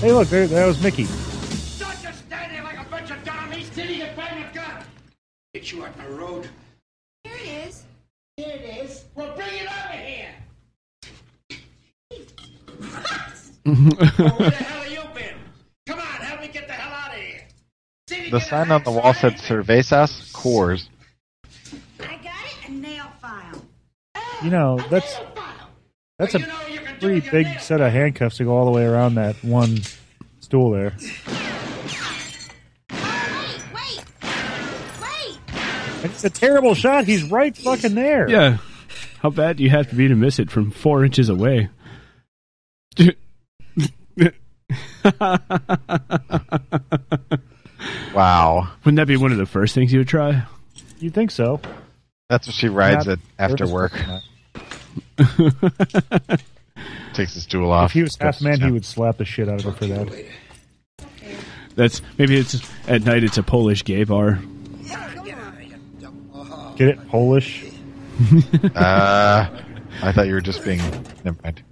Hey, look, there, there was Mickey. Don't just stand there like a bunch of dummies sitting and bang a gun. Get you out my road. Here it is. Here it is. Well, bring it over here. well, where the hell have you been? Come on, help me get the hell out of here. City, The get a sign on the wall said Cervezas Coors. I got it. A nail file. You know, that's that's a pretty big set of handcuffs to go all the way around that one stool there. Wait. Wait. It's a terrible shot. He's right fucking there. Yeah. How bad do you have to be to miss it from four inches away? Wow. Wouldn't that be one of the first things you would try? You think so? That's what she rides Not- it after Nervous work. person, huh? Takes the stool off. If he was half Goes to man, he town. would slap the shit out of her for that. That's maybe it's at night. It's a Polish gay bar. Get it? Polish. Uh, I thought you were just being. Never mind.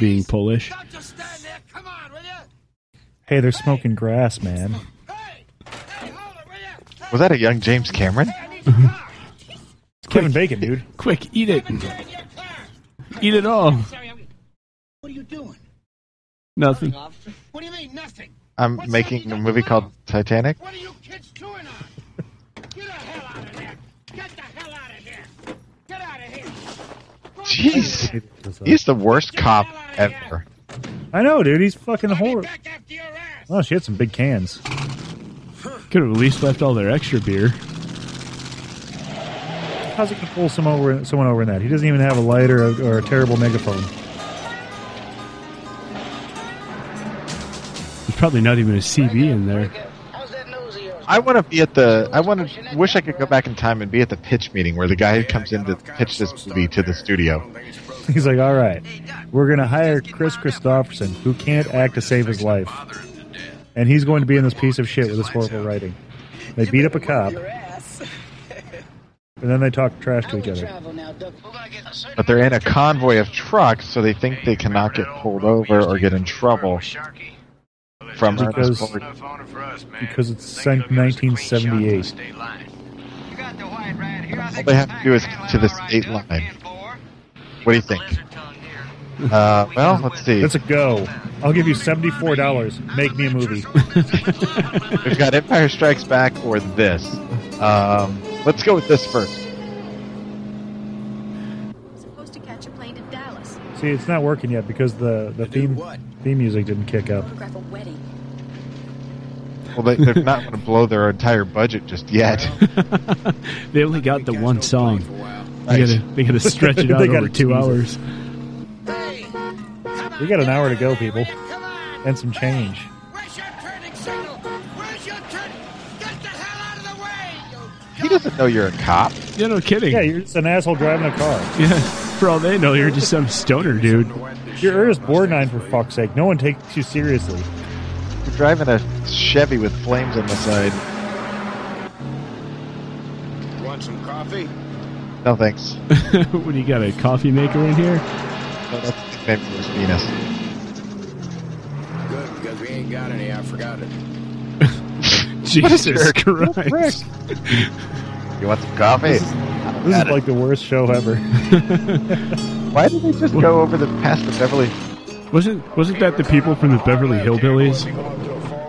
Being Polish, Hey, they're smoking grass, man. Was that a young James Cameron? It's Kevin Bacon, dude. quick, eat it, eat it all. What are you doing? Nothing. What do you mean, nothing? I'm making a movie called Titanic. What are you kids doing on? Get the hell out of there! Get the hell out of here! Get out of here! Jeez, he's the worst cop ever. I know, dude. He's fucking horrible. Oh, she had some big cans. Could have at least left all their extra beer. How's it gonna pull some over, someone over in that? He doesn't even have a lighter or, or a terrible megaphone. There's probably not even a CB in there. I want to be at the. I want to. Wish I could go back in time and be at the pitch meeting where the guy who comes in to pitch this movie to the studio. He's like, all right, we're gonna hire Chris Christopherson, who can't act to save his life, and he's going to be in this piece of shit with this horrible writing. They beat up a cop, and then they talk trash to each other. But they're in a convoy of trucks, so they think they cannot get pulled over or get in trouble from Because- Ernest Ford. because it's sent 1978. All they have to do is get to the state line. What do you think? Uh, well, let's see. That's a go. I'll give you seventy-four dollars. Make me a movie. We've got Empire Strikes Back or this. Um, let's go with this first. I'm supposed to catch a plane to Dallas. See, it's not working yet because the the theme theme music didn't kick up. Photograph a wedding. Well, they, they're not going to blow their entire budget just yet. They only got the one song. They Right. gotta, they gotta stretch it out They gotta over two tease it. hours. We got an hour to go, people, and some change. Where's your turning signal? Where's your turn? Get the hell out of the way! He doesn't know you're a cop. Yeah, no kidding. Yeah, you're just an asshole driving a car. Yeah, for all they know, you're just some stoner dude. You're Ernest Borgnine for fuck's sake. No one takes you seriously. You're driving a Chevy with flames on the side. Want some coffee? No thanks. what do you got? A coffee maker in here? No, that's maybe it was Venus. Good, because we ain't got any, I forgot it. Jesus What a Christ. You want some coffee? This is like the worst show ever. Why did they just go over the past the Beverly? Wasn't wasn't that the people from the Beverly Hillbillies?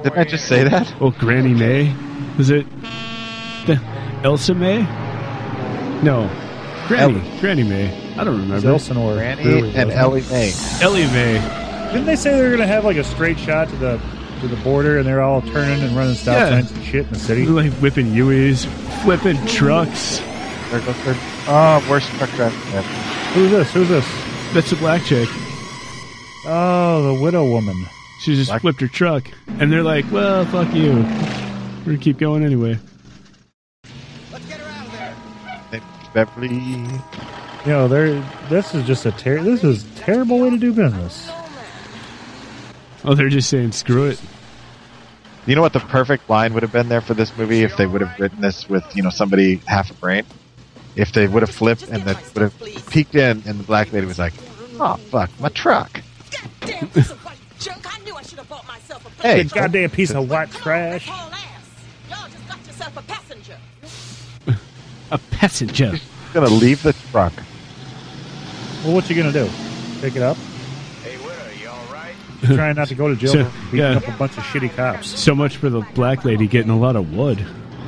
Didn't I just say that? Oh, Granny May. Is it the Elsa May? No, Granny. Granny May. I don't remember. Elsinore. Granny and Ellie Mae. Ellie May. Didn't they say they were going to have like a straight shot to the to the border, and they're all turning and running stop Yeah. signs and shit in the city? Like whipping Uis, flipping trucks. There goes their- Oh, worst truck driver ever. Who's this? Who's this? That's a black chick. Oh, the widow woman. She just flipped her truck, and they're like, "Well, fuck you. We're gonna keep going anyway." Beverly. You know, they're this is just a ter- this is a terrible way to do business. Oh, they're just saying screw it. You know what the perfect line would have been there for this movie if they would have written this with you know somebody half a brain. If they would have flipped and that would have peeked in, and the black lady was like, "Oh fuck, my truck." Junk, I knew I should have bought myself a Hey, Good goddamn piece of white trash. whole ass. Y'all just got yourself a passenger. A passenger. gonna leave the truck. Well, what you gonna do? Pick it up? Hey, widow, you all right? Trying not to go to jail So, for beating yeah. up a bunch of shitty cops. So much for the black lady getting a lot of wood.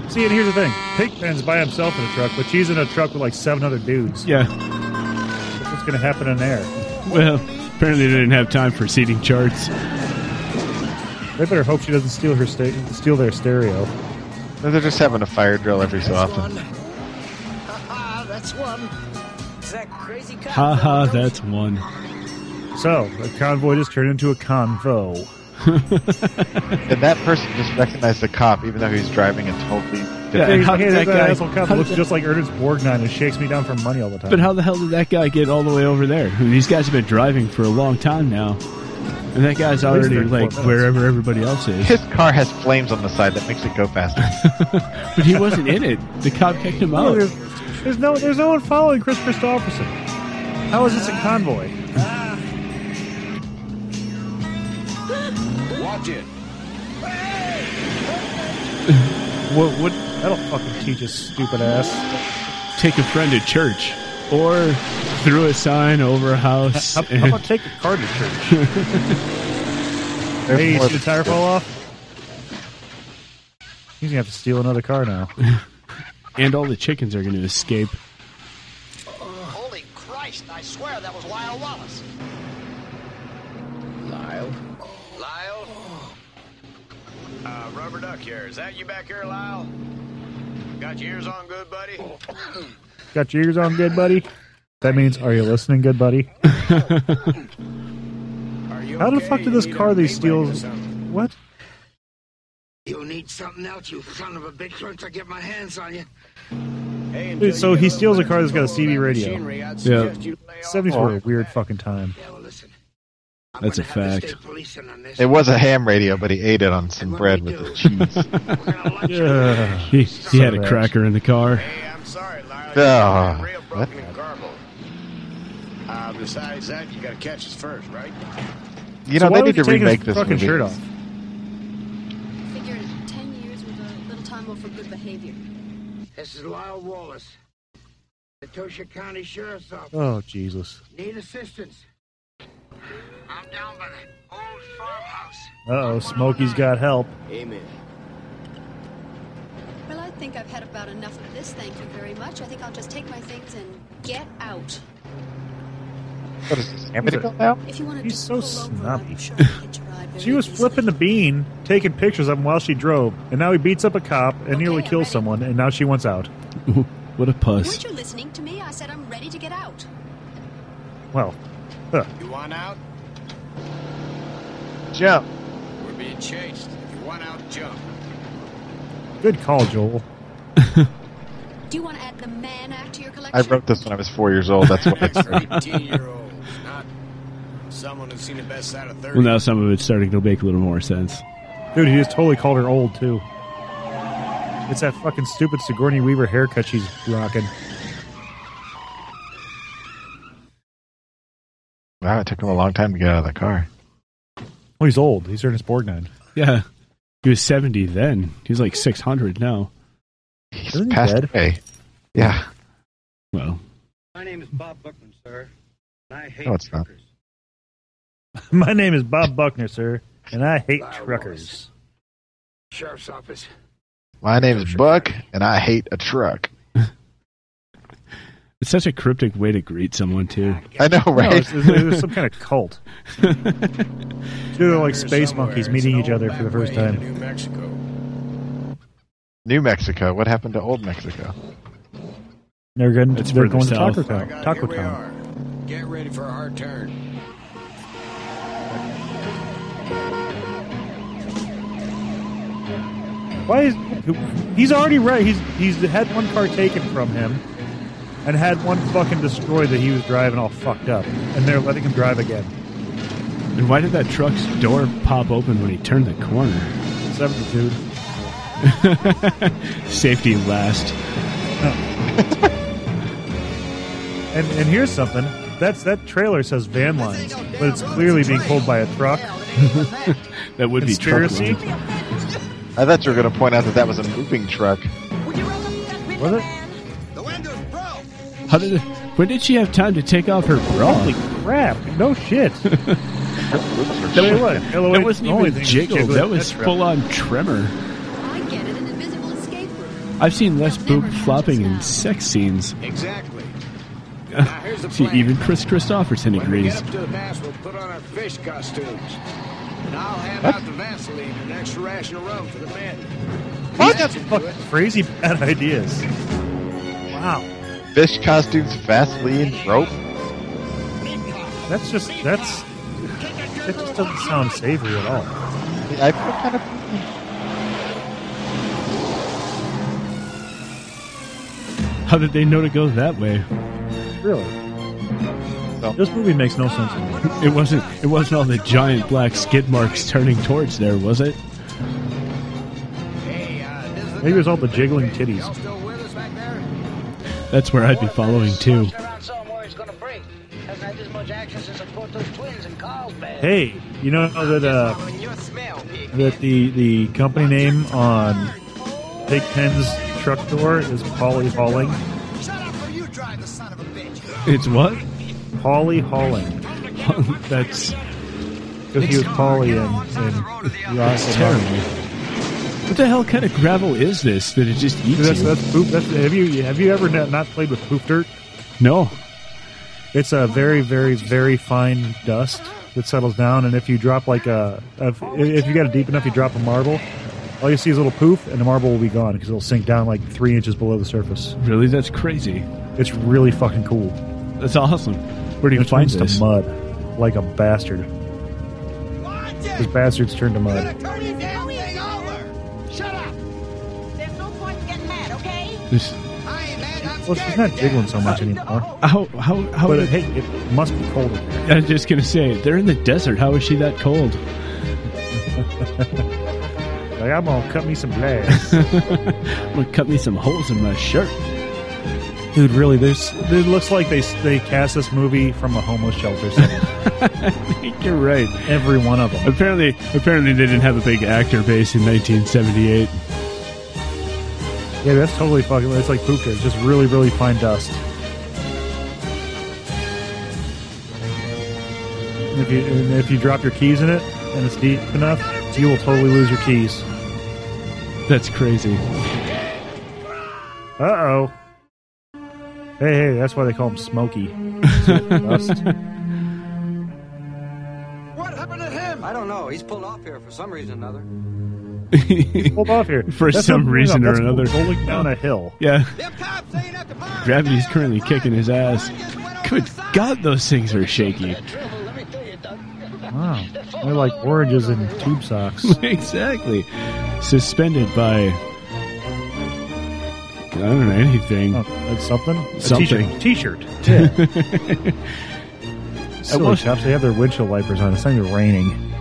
See, and here's the thing: Pigpen's by himself in a truck, but she's in a truck with like seven other dudes. Yeah. That's what's gonna happen in there. Well, apparently they didn't have time for seating charts. They better hope she doesn't steal her sta- steal their stereo. They're just having a fire drill every so often. Ah, that's one. It's that crazy cop. Ha ha, that's one. So the convoy just turned into a convo. And that person just recognized the cop, even though he's driving a totally Yeah, and different. how hey, did there's that guy- asshole cop how looks did just like Ernest Borgnine and shakes me down for money all the time. But how the hell did that guy get all the way over there? I mean, these guys have been driving for a long time now. And that guy's At least already 34 like minutes. wherever everybody else is. His car has flames on the side that makes it go faster. But he wasn't in it. The cop kicked him Yeah, out. there's, there's no there's no one following Chris Christopherson. How is this a convoy? Watch it. What would That'll fucking teach his stupid ass. take a friend to church or threw a sign over a house? How, how about take a car to church? There's hey, you more see the than- tire fall off? He's gonna have to steal another car now. and all the chickens are going to escape. Holy Christ, I swear that was Lyle Wallace. Lyle? Lyle? Uh, rubber duck here. Is that you back here, Lyle? Got your ears on good, buddy? Got your ears on, good buddy. That means, are you listening, good buddy? Are you How the okay? fuck did You this need a car they meat wagon or steal? something? What? You need something else, you son of a bitch. Once I get my hands on you. Hey, Dude, until so you get he a steals a little car that's got a control of CD that radio. machinery, I'd Yeah. suggest you lay off 70s all were a weird fucking time. Yeah, well, listen. I'm That's gonna a have the fact. state policing on this. It was a ham radio, but he ate it on some What bread we with do- the cheese. We're gonna lunch you. Yeah. He, he had a Correct. cracker in the car. Hey, I'm sorry, Lyle. Ah, You're real what? broken and garbled. Uh, besides that, you gotta catch us first, right? You So know why they would need to he take his remake this fucking movie. shirt off. Figured 10 years with a little time off for good behavior. This is Lyle Wallace, Natosha County Sheriff's Office. Oh Jesus. Need assistance. I'm down by the old farmhouse. Uh oh, Smokey's got help. Amen. Well, I think I've had about enough of this. Thank you very much. I think I'll just take my things and get out. What is this, ham radio now? If you want to He's just so pull over, snobby. I'm sure I'll get you a ride very She was easily. flipping the bean, taking pictures of him while she drove, and now he beats up a cop and nearly Okay, I'm kills ready. someone, and now she wants out. What a Weren't puss. you listening to me? I said I'm ready to get out. Well, huh. You want out? Jump. We're being chased. If you want out, jump. good call, Joel. Do you want to add the man act to your I collection? wrote this when I was four years old. That's what I Next started. 18 year olds, not someone who's seen the best side of 30. Well, now some of it's starting to make a little more sense. Dude, he just totally called her old, too. It's that fucking stupid Sigourney Weaver haircut she's rocking. Wow, it took him a long time to get out of the car. Oh, he's old. He's Ernest Borgnine. Yeah. He was 70 then. He's like 600 now. He's passed away. Yeah. Well, My name is Bob Buckman, sir. And I hate No, it's not. My name is Bob Buckner, sir, and I hate truckers. Sheriff's office. My name is Buck, and I hate a truck. it's such a cryptic way to greet someone, too. I know, No, it's- it's- it was some kind of cult. Two are like space monkeys meeting each other for the first time. New Mexico. New Mexico. What happened to Old Mexico? They're going. It's they're further going to south. Taco Town. Taco Here we Town. are. Get ready for our turn. Why is he's already right? He's he's had one car taken from him, and had one fucking destroyed that he was driving all fucked up, and they're letting him drive again. And why did that truck's door pop open when he turned the corner? Seventy-two. Safety last. And and here's something. That's that trailer says van lines, but it's clearly being pulled by a truck. that would be truck conspiracy. I thought you were going to point out that that was a moving truck. Was it? How did? When did she have time to take off her bra? Holy crap! No shit. That, Tell you was, what, LOA that wasn't the only even thing jiggle. jiggle. That was That's right. full on tremor. I get it, an invisible escape room. I've seen less boob flopping in sex scenes. Exactly. See, even Chris Christopherson Get agrees. up to the pass. We'll put on our fish costumes. And I'll hand out the Vaseline and an extra ration of rum for the men. What? That's fucking crazy bad ideas. Wow. Fish costumes, Vaseline, rope. That's just that's that just doesn't sound savory at all. I feel kind of. How did they know to go that way? Really? This movie makes no sense. It wasn't. It wasn't all the giant black skid marks turning towards there, was it? Maybe it was all the jiggling titties. That's where I'd be following too. Hey, you know that uh, that the the company name on Pig Pen's truck door is Polly Hauling. It's what? Polly Hauling. That's because he was Polly in, in Rock That's and terrible. Roll. What the hell kind of gravel is this that it just eats That's, you? that's poop. That's, have you have you ever not not played with poop dirt? No. It's a very very very fine dust that settles down, and if you drop like a if, if you got it deep enough, you drop a marble. All you see is a little poof, and the marble will be gone because it'll sink down like three inches below the surface. Really, that's crazy. It's really fucking cool. That's awesome. Where do you It find turns to this? mud, like a bastard. This bastard's turned to mud. Shut up! There's no point in getting mad, okay? This- Well, she's not jiggling so much anymore. How how how? But did- hey, it must be cold. in there. I'm just gonna say they're in the desert. How is she that cold? Like I'm gonna cut me some glass, I'm gonna cut me some holes in my shirt. dude. Really, there's. It looks like they they cast this movie from a homeless shelter. Somewhere. You're right. Every one of them. Apparently, apparently they didn't have a big actor base in 1978. Yeah, that's totally fucking. It's like poop. It's just really, really fine dust. And if you and if you drop your keys in it and it's deep enough, you will totally lose your keys. That's crazy. Uh oh. Hey, hey, that's why they call him Smokey. Dust. What happened to him? I don't know. He's pulled off here for some reason or another. Hold off here. For That's some not- reason or that's another. Rolling down a hill. Yeah. Gravity's currently kicking his ass. Good God, those things are shaky. Wow. They're like oranges in tube socks. exactly. Suspended by. I don't know anything. Oh, that's something. A Something. T-shirt. T-shirt. Yeah. Silly I was- cops, They have their windshield wipers on. It's not even raining.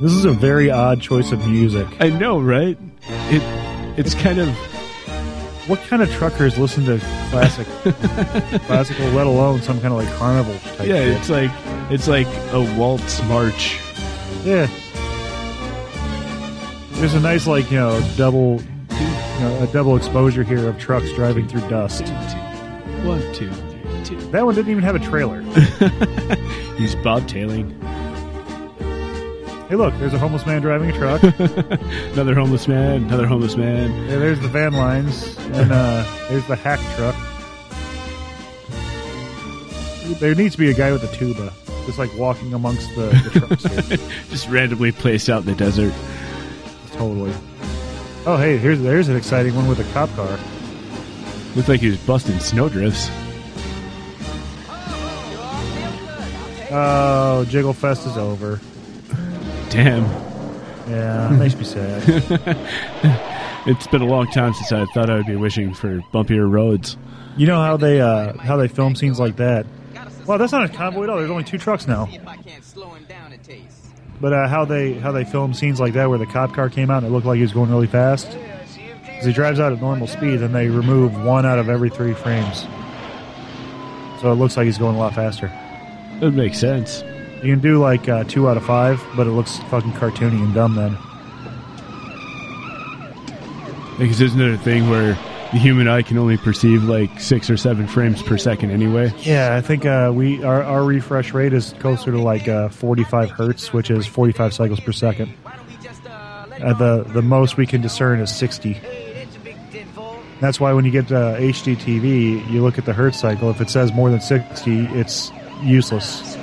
This is a very odd choice of music. I know, right? It, it's kind of What kind of truckers listen to classic, classical, let alone some kind of like carnival? Type yeah, shit? it's like it's like a waltz march. Yeah. There's a nice like you know double, you know, a double exposure here of trucks driving through dust. One, two, three, two. That one didn't even have a trailer. He's bobtailing. Hey, look, there's a homeless man driving a truck. Another homeless man. Another homeless man. Yeah, there's the van lines, and uh, there's the hack truck. There needs to be a guy with a tuba, just like walking amongst the, the trucks. Here. Just randomly placed out in the desert. Totally. Oh, hey, here's there's an exciting one with a cop car. Looks like he was busting snowdrifts. Oh, Jiggle Fest is over. Damn. Yeah, it makes me sad. It's been a long time since I thought I would be wishing for bumpier roads. You know how they uh, how they film scenes like that? Well, that's not a convoy at all. There's only two trucks now. But uh, how they how they film scenes like that where the cop car came out and it looked like he was going really fast? 'Cause he drives out at normal speed, and they remove one out of every three frames, so it looks like he's going a lot faster. It makes sense. You can do like uh, two out of five, but it looks fucking cartoony and dumb then. Because there's another thing where the human eye can only perceive like six or seven frames per second anyway. Yeah, I think uh, we our, our refresh rate is closer to like uh, 45 hertz, which is 45 cycles per second. Uh, the the most we can discern is 60. That's why when you get uh, HD TV, you look at the hertz cycle. If it says more than 60, it's useless.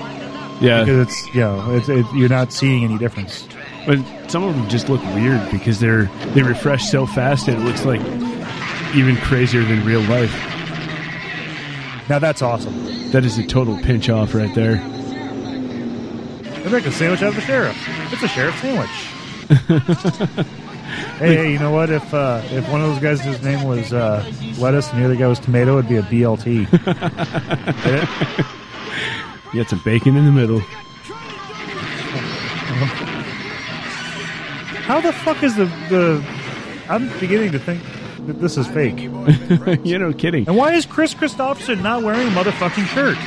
Yeah. because it's you know it's, it, you're not seeing any difference. But some of them just look weird because they're they refresh so fast that it looks like even crazier than real life. Now that's awesome. That is a total pinch off right there. They make a sandwich out of the sheriff. It's a sheriff sandwich. hey, hey, you know what? If uh, if one of those guys, whose name was uh, lettuce, and the other guy was tomato, it'd be a BLT. Get it? You got some bacon in the middle. How the fuck is the the? I'm beginning to think that this is fake. you know, kidding. And why is Chris Christopherson not wearing a motherfucking shirt?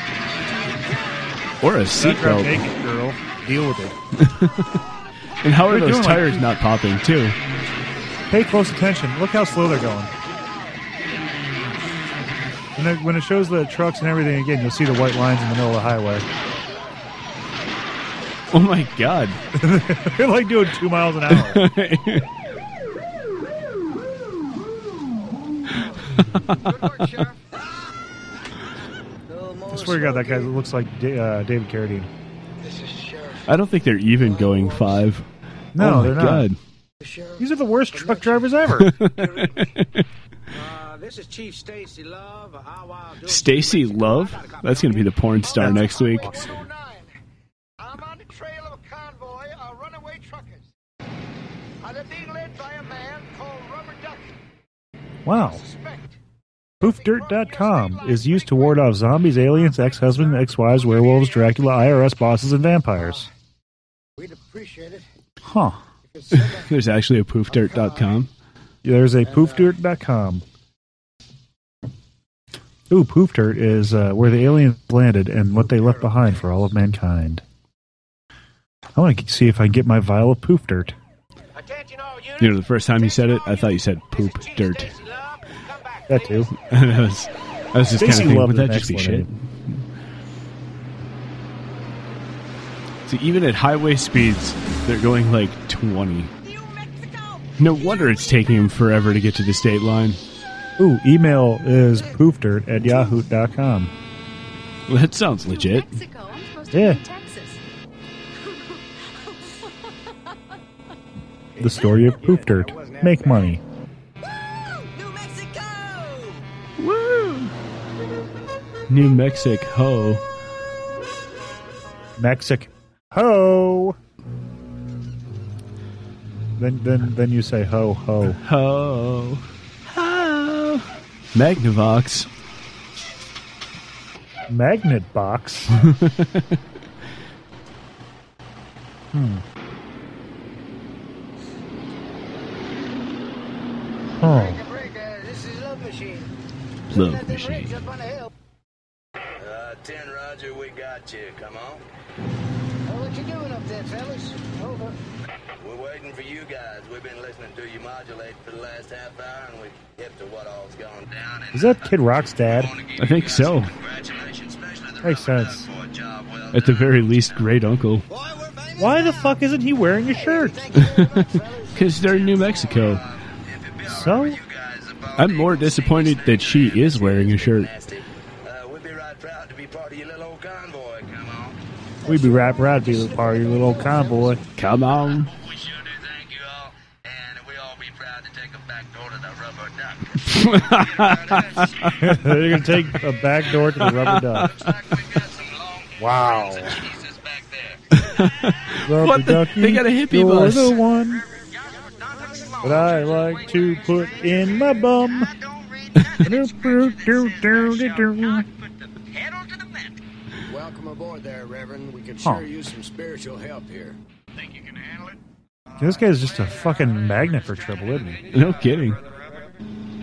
Or a Drop seatbelt. naked girl. Deal with it. And how are They're those doing like- tires not popping too? Pay close attention. Look how slow they're going. And then when it shows the trucks and everything again, you'll see the white lines in the middle of the highway. Oh my god. they're like doing two miles an hour. I swear to God, that guy looks like Da- uh, David Carradine. I don't think they're even going five. No, oh my they're not. god. These are the worst truck drivers ever. Uh, this is Chief Stacy Love. How I do Stacy Love? That's going to be the porn star next week. I'm on the trail of a convoy of runaway truckers. Uh, they're being led by a man called Rubber Duck. wow. Poofdirt.com is used to ward off zombies, aliens, ex husband, ex wives, werewolves, Dracula, IRS bosses, and vampires. We'd appreciate it. Huh. There's actually a poofdirt.com. There's a poofdirt.com. Ooh, poofdirt is uh, where the aliens landed and what they left behind for all of mankind. I want to see if I can get my vial of poof dirt. You know, the first time you said it, I thought you said poop dirt. That too. And I was, I was just kind of Stacey thinking, Love would is that an just be shit? excellent See, even at highway speeds, they're going like 20. No wonder it's taking them forever to get to the state line. Ooh, email is poofdirt at yahoo.com. Well, that sounds legit. Mexico. I'm supposed Yeah. to be in Texas. The story of poof dirt. Make money. New Mexico. Mexic. Ho! Then, then, then you say ho, ho. Ho. Ho. Magnavox. Magnet box. hmm. Oh. Break, uh, this is Love machine. Love That big machine. ridge up on the hill. Uh, 10 Roger, we got you. Come on. Oh, what you doing up there, fellas? Over. We're waiting for you guys. We've been listening to you modulate for the last half hour, and we hip to what all's gone down. uh, Is that Kid Rock's dad? I think so. Makes sense. At the very least, great uncle. Why the fuck isn't he wearing a shirt? Because they're in New Mexico. So? I'm more disappointed that she is wearing a shirt. Uh, We'd be right proud to be the party, little old convoy. Come on. They're going to take a back door to the rubber duck. Wow. What Rubber the- ducky, they got a hippie you're bus. the one that I like to put in my bum. Do, do, do, do, do, do. Welcome aboard there, Reverend. We could Huh. sure use some spiritual help here. Think you can handle it? This guy's just a fucking magnet for trouble, isn't he? No kidding.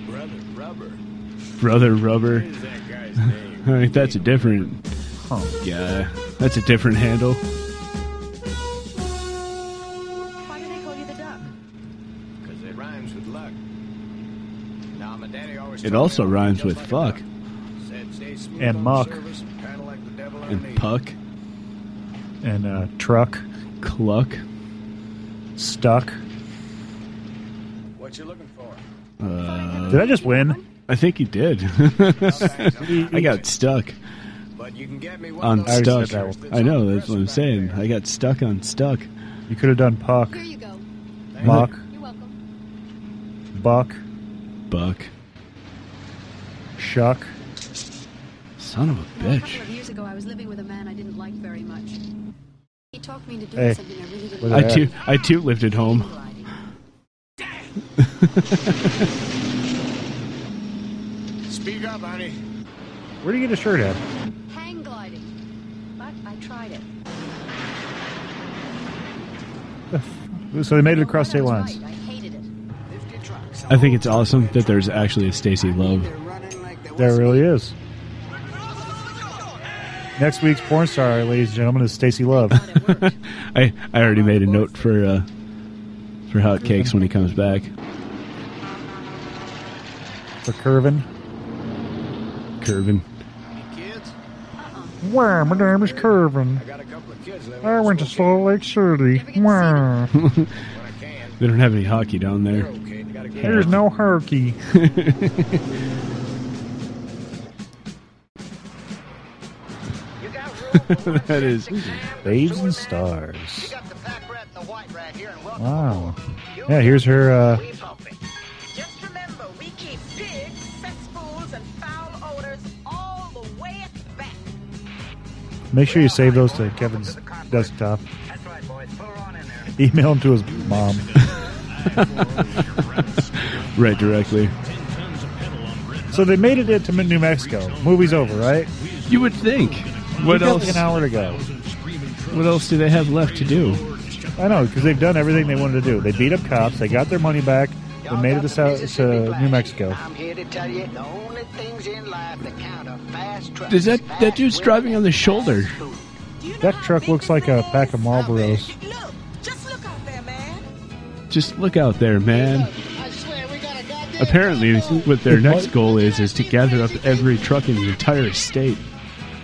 Brother Rubber. Brother Rubber. that guy's name? I think that's a different. Oh, yeah. That's a different handle. Why do they call you the duck? Because it rhymes with luck. Now, my daddy always It told also me I rhymes was with just like fuck a- said stay smooth And on muck. service, kinda like the devil and underneath. puck, And uh, truck, cluck. stuck. What you looking for? Uh, Did I just win? I think you did. I got stuck But you can get me one on of those stuck. t-shirts that's I know on the that's what I'm press saying. I got stuck on stuck. You could have done puck, Here you go. muck, You're welcome. buck, Buck, shuck. son of You know, a a couple bitch. of years ago, I was living with a man I didn't like very much. He talked me into doing Hey. something I really didn't I like. too, I too lived at home. back. Speak up, honey. Where do you get a shirt at? Hang gliding. But I tried it. So they made it across state lines. Oh, I hated it. I think it's awesome that there's actually a Stacy Love. There really is. Next week's porn star, ladies and gentlemen, is Stacy Love. I I already made a note for uh, for hotcakes when he comes back. For Curvin. Curvin. Wow, my name is Curvin. I went to Salt Lake City. Wow. They don't have any hockey down there. There's no herky. that is Babes and Stars. Wow. Yeah, here's her. Uh, Just remember, we keep pigs, cesspools, and foul odors all the way at the back. make sure you save those to Kevin's desktop. That's right, boys. Put her on in there. Email them to his mom. right directly. So they made it into New Mexico. Movie's over, right? You would think. What What else? else? An hour to go. What else do they have left to do? I know because they've done everything they wanted to do. They beat up cops. They got their money back. They made it to, South, to New Mexico. I'm here to tell you the only things in life that count are fast trucks. Does that that dude's driving on the shoulder? That truck looks like a pack of Marlboros. Just look out there, man. Apparently, what their next goal is is to gather up every truck in the entire state.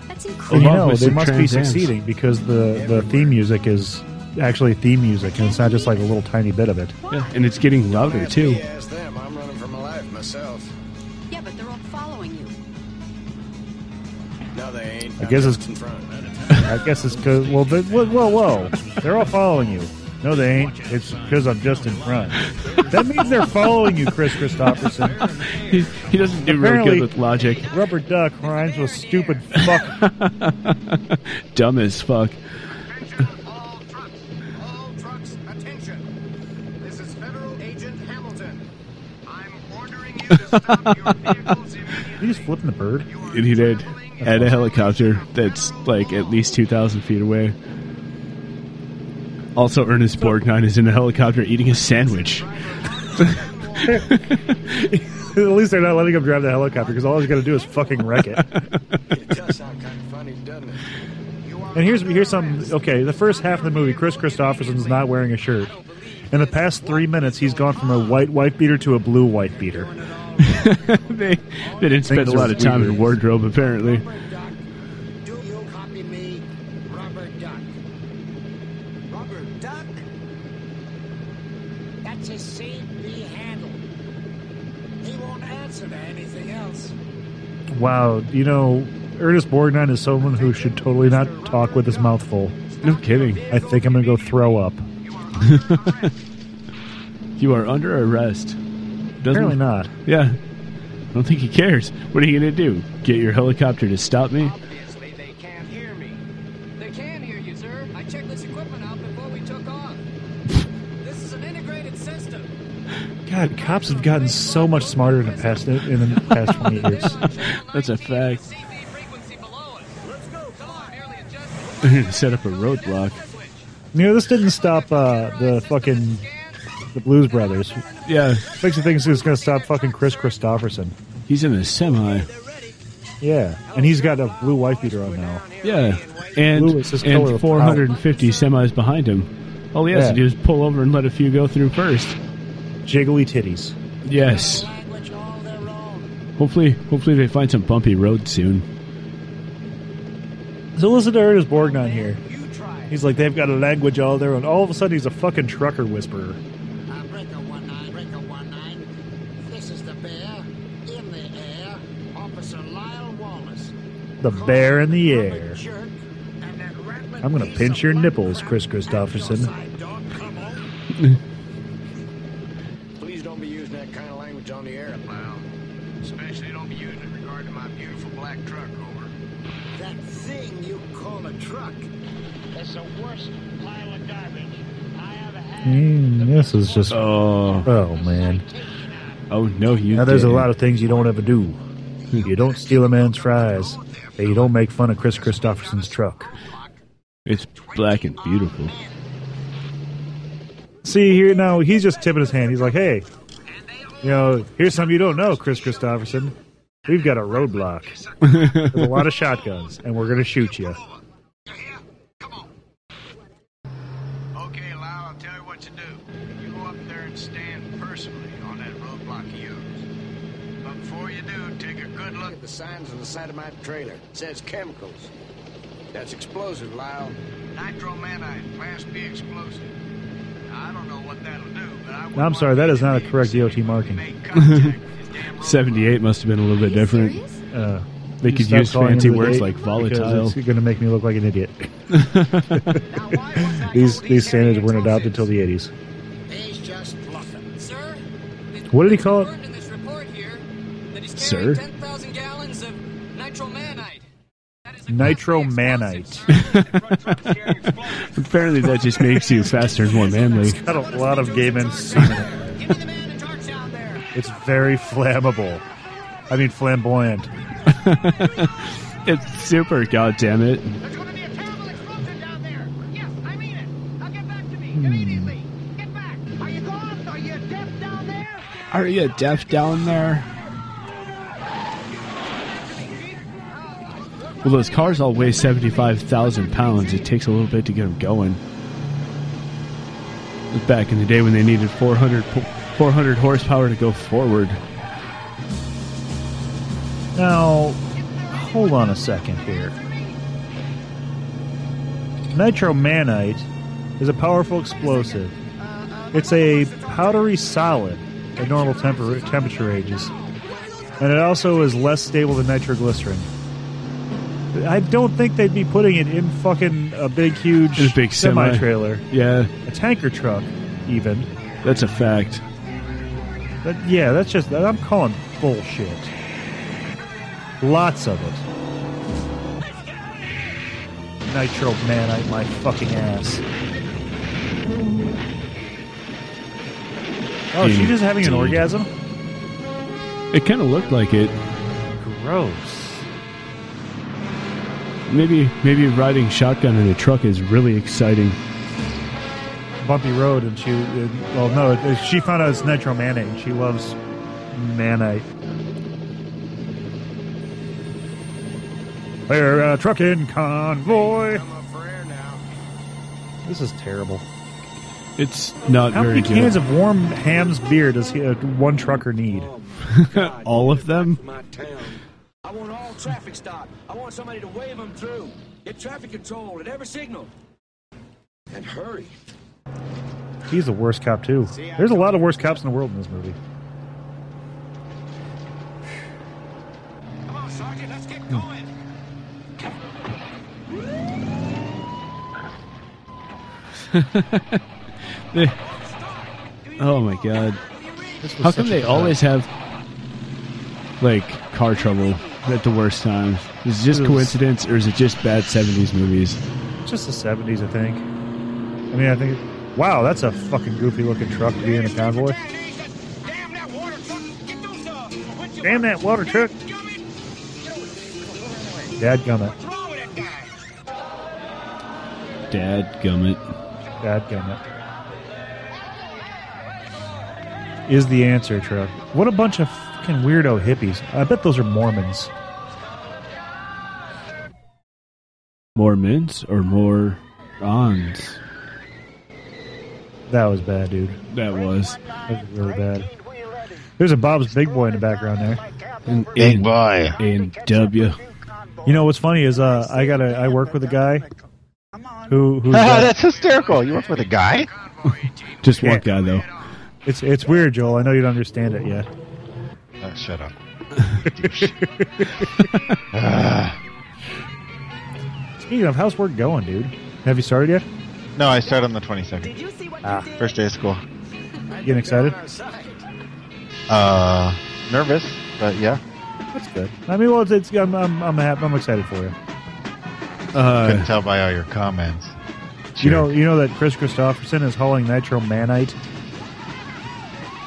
That's And incredible. you Along know with they some must be Trans Ams. succeeding because the the theme music is actually theme music, and it's not just like a little tiny bit of it. Yeah, and it's getting louder too. Ask them. I'm running for my life myself. Yeah, but they're all following you. No, they ain't. I guess it's. in front. I guess it's because. Well, they, whoa, whoa, whoa! They're all following you. No, they ain't. It's because I'm just in front. That means they're following you, Chris Christopherson. He, he doesn't do Apparently- really good with logic. Rubber duck rhymes with stupid fuck. Dumb as fuck. All trucks, attention. This is Federal Agent Hamilton. I'm ordering you to stop your vehicles immediately. He's flipping the bird. And he did at a helicopter that's like at least two thousand feet away. Also, Ernest Borgnine is in a helicopter eating a sandwich. At least they're not letting him drive the helicopter because all he's going to do is fucking wreck it. And here's here's some okay. The first half of the movie, Chris Christopherson's not wearing a shirt. In the past three minutes, he's gone from a white white beater to a blue white beater. they they didn't spend a lot of time in wardrobe, apparently. That's his CB handle. He won't answer to anything else. Wow, you know, Ernest Borgnine is someone who should totally not talk with his mouth full. No kidding. I think I'm going to go throw up. you are under arrest. Apparently not. Yeah. I don't think he cares. What are you going to do? Get your helicopter to stop me? They can hear you, sir. I checked this equipment out before we took off. This is an integrated system. God, cops have gotten so much smarter in the past in the past 20 years. That's a fact. They're going to set up a roadblock. You know, this didn't stop uh, the fucking the Blues Brothers. Yeah, makes you think it's going to stop fucking Chris Christopherson. He's in a semi. Yeah, and he's got a blue white beater on now. Yeah, and, Blue is his color and of 450 semis behind him. All he has Yeah. to do is Oh, pull over and let a few go through first. Jiggly titties. Yes. Hopefully, hopefully they find some bumpy road soon. So listen to Ernest Borgnine here. He's like, they've got a language all their own. All of a sudden, he's a fucking trucker whisperer. This is the bear in the air, Officer Lyle Wallace. The bear in the air. Jerk, and that rattling I'm going to piece pinch of your white nipples, crap Chris at Christopherson. your side door. Come on. Please don't be using that kind of language on the air, pal. Especially don't be using it in regard to my beautiful black truck, over. That thing you call a truck. That's the worst pile of garbage. Mm, this is just. Oh, man. Oh, no, you. Now, there's a didn't. lot of things you don't ever do. you don't steal a man's fries, and you don't make fun of Chris Christopherson's truck. It's black and beautiful. See here now, he's just tipping his hand. He's like, "Hey, you know, here's something you don't know, Chris Christopherson. We've got a roadblock. There's a lot of shotguns, and we're gonna shoot you." Okay, Lyle, I'll tell you what to do. You go up there and stand personally on that roadblock of yours. But before you do, take a good look at the signs on the side of my trailer. It says chemicals. That's explosive, Lyle. Nitromanite, Class B explosive. I don't know what that'll do, but I Now, I'm sorry, that is not a correct DOT marking. 78 must have been a little bit different. Uh, They you could stop use calling fancy it a words date like because volatile. It's going to make me look like an idiot. these these standards weren't adopted till the 80s. He's just bluffing. Sir, What did he call it? in this report here, that he's Sir? carrying 10,000 gallons of nitromanite. Nitromanite. Apparently, that just makes you faster and more manly. Got a lot of gay men. singing it. It's very flammable. I mean, flamboyant. it's super, goddamn it. Hmm. Are you deaf down there? Well, those cars all weigh 75,000 pounds. It takes a little bit to get them going. It was back in the day when they needed 400, po- 400 horsepower to go forward. Now, hold on a second here. Nitromanite is a powerful explosive. It's a powdery solid at normal temper- temperature ranges, and it also is less stable than nitroglycerin. I don't think they'd be putting it in fucking a big, huge This big semi. trailer, Yeah, a tanker truck, even. that's a fact. But yeah, that's just I'm calling bullshit. Lots of it. Nitro manite my fucking ass. Oh, is she just having an Indeed. orgasm? It kind of looked like it. Gross. Maybe, maybe riding shotgun in a truck is really exciting. Bumpy road, and she. and- well, no, it- she found out it's nitro manite. and She loves manite. We're a trucking convoy. This is terrible. It's not How very many cans good. of warm ham's beer does he, uh, one trucker need? All of them? Oh, I want all traffic stopped. I want somebody to wave them through. Get traffic control at every signal. And hurry. He's the worst cop too. There's a lot of worst cops in the world in this movie. They- oh my god! This was How come such a they bad- always have like car trouble at the worst times? Is it just It was- coincidence, or is it just bad '70s movies? Just the seventies, I think. I mean, I think. Wow, that's a fucking goofy looking truck to be in a convoy. uh, Damn that water truck! Dad gummit. Dad gummit. Dad gummit. Is the answer truck? What a bunch of fucking weirdo hippies! I bet those are Mormons. More mints or more ons? That was bad, dude. That was. That was really bad. There's a Bob's Big Boy in the background there. Big boy. In W. You know what's funny is uh, I got I work with a guy who who's Ah, uh, That's hysterical. You work with a guy? Just one guy though. It's it's weird, Joel. I know you don't understand it yet. Uh, shut up. Speaking of, how's work going, dude? Have you started yet? No, I start on the 22nd. First day of school. Getting excited? Uh, nervous, but yeah. That's good. I mean, well, it's, it's I'm I'm I'm, happy, I'm excited for you. Couldn't tell by all your comments. You know, you know that Chris Christopherson is hauling nitro manite.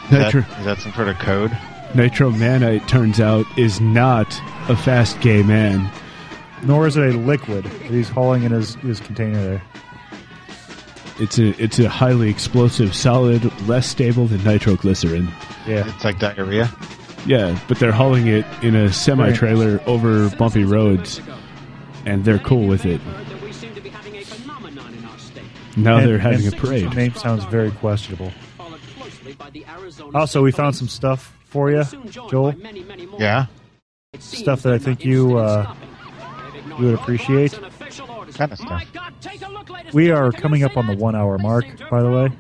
Is that, Nitro- is that some sort of code? Nitro Manite turns out is not a fast gay man. Nor is it a liquid that he's hauling in his his container there. It's a it's a highly explosive solid, less stable than nitroglycerin. Yeah, it's like diarrhea. Yeah, but they're hauling it in a semi trailer over bumpy roads, and they're cool with it. Now And- they're having a and parade. The name sounds very questionable. Also, we found some stuff for you, Joel. Yeah. Stuff that I think you uh, you would appreciate. Kind of stuff. We are coming up on the one hour mark, by the way.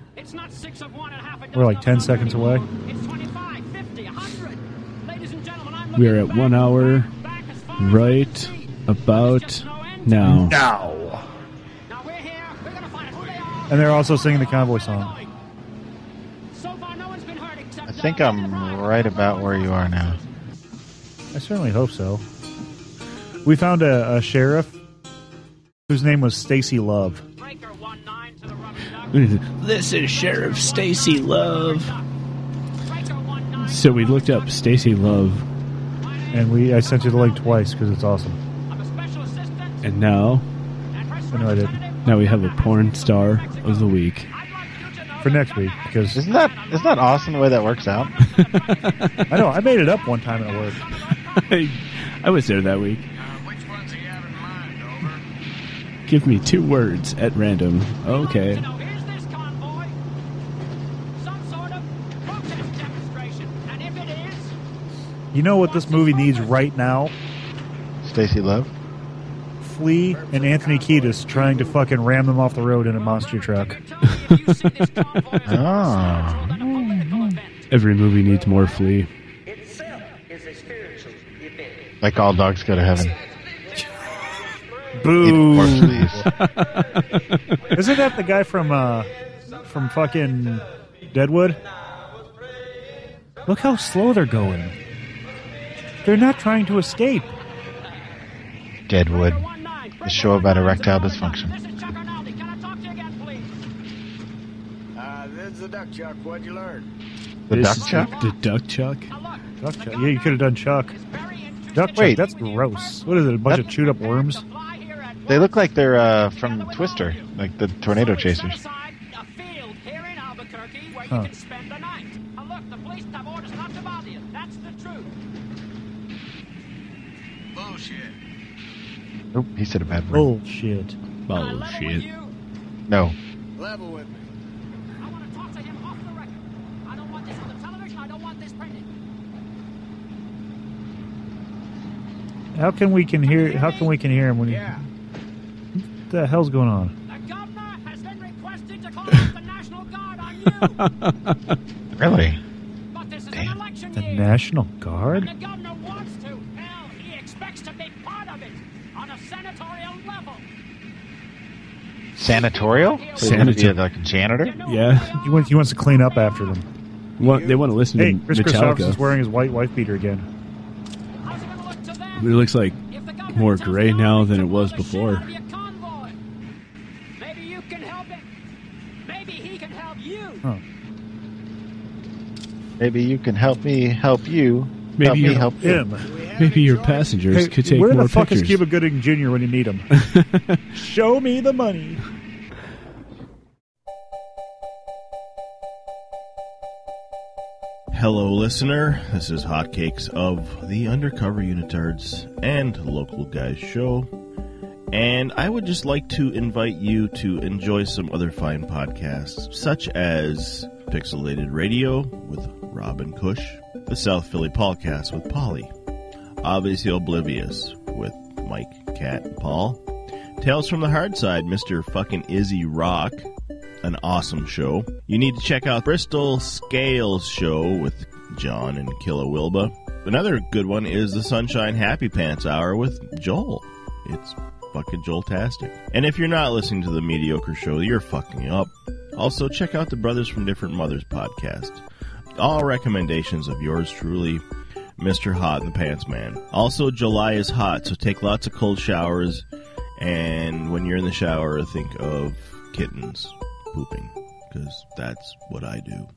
We're like 10 seconds away. We are at one hour right about now. Now. And they're also singing the convoy song. I think I'm right about where you are now. I certainly hope so. We found a, a sheriff whose name was Stacy Love. This is Sheriff Stacy Love. So we looked up Stacy Love, And we I sent you the link twice because it's awesome. and now I know I did. now we have a porn star of the week. For next week, because Isn't that isn't that awesome the way that works out? I know I made it up one time at work. I, I was there that week. Give me two words at random. Okay. You know what this movie needs right now? Stacy Love. Flea and Anthony Kiedis trying to fucking ram them off the road in a monster truck. Oh. Every movie needs more flea. Like all dogs go to heaven. Boo! Or fleas. Isn't that the guy from uh from fucking Deadwood? Look how slow they're going. They're not trying to escape. Deadwood. The show about erectile dysfunction. Uh, this is the duck chuck. What'd you learn? The This duck is chuck? The duck chuck? Duck Chuck. Yeah, you could have done Chuck. Duck Chuck, Wait. that's gross. What is it? A bunch of chewed up worms? They look like they're uh, from Twister, like the tornado chasers. Huh. Oh, Bullshit. Nope, he said a bad word. Bullshit. Bullshit. No. Level with me. How can we can hear? How can we can hear him when he? What the hell's going on? really? The National Guard. Sanatorial? So you're gonna be Sanator- like a janitor? Yeah. He wants, he wants to clean up after them. Want, they want to listen Hey, to Chris Christopherson's Metallica. wearing his white wife beater again. It looks like more gray now than it was before. Huh. Maybe you can help me help you. Maybe help you me help you. Maybe your passengers Hey, could take where more the fuck pictures. is Cuba Gooding Jr. when you need him? Show me the money. Hello, listener. This is Hotcakes of the Undercover Unitards and Local Guys Show. And I would just like to invite you to enjoy some other fine podcasts, such as Pixelated Radio with Robin Cush, the South Philly Podcast with Polly, Obviously Oblivious with Mike, Cat, and Paul, Tales from the Hard Side, Mr. fucking Izzy Rock, an awesome show. You need to check out Bristol Scales Show with John and Killa Wilba. Another good one is the Sunshine Happy Pants Hour with Joel. It's fucking Joeltastic. And if you're not listening to the mediocre show, you're fucking up. Also, check out the Brothers from Different Mothers podcast. All recommendations of yours truly, Mr. Hot in the Pants Man. Also, July is hot, so take lots of cold showers. And when you're in the shower, think of kittens pooping, because that's what I do.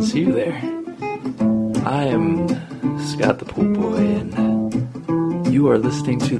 see you there. I am Scott the Pool Boy, and you are listening to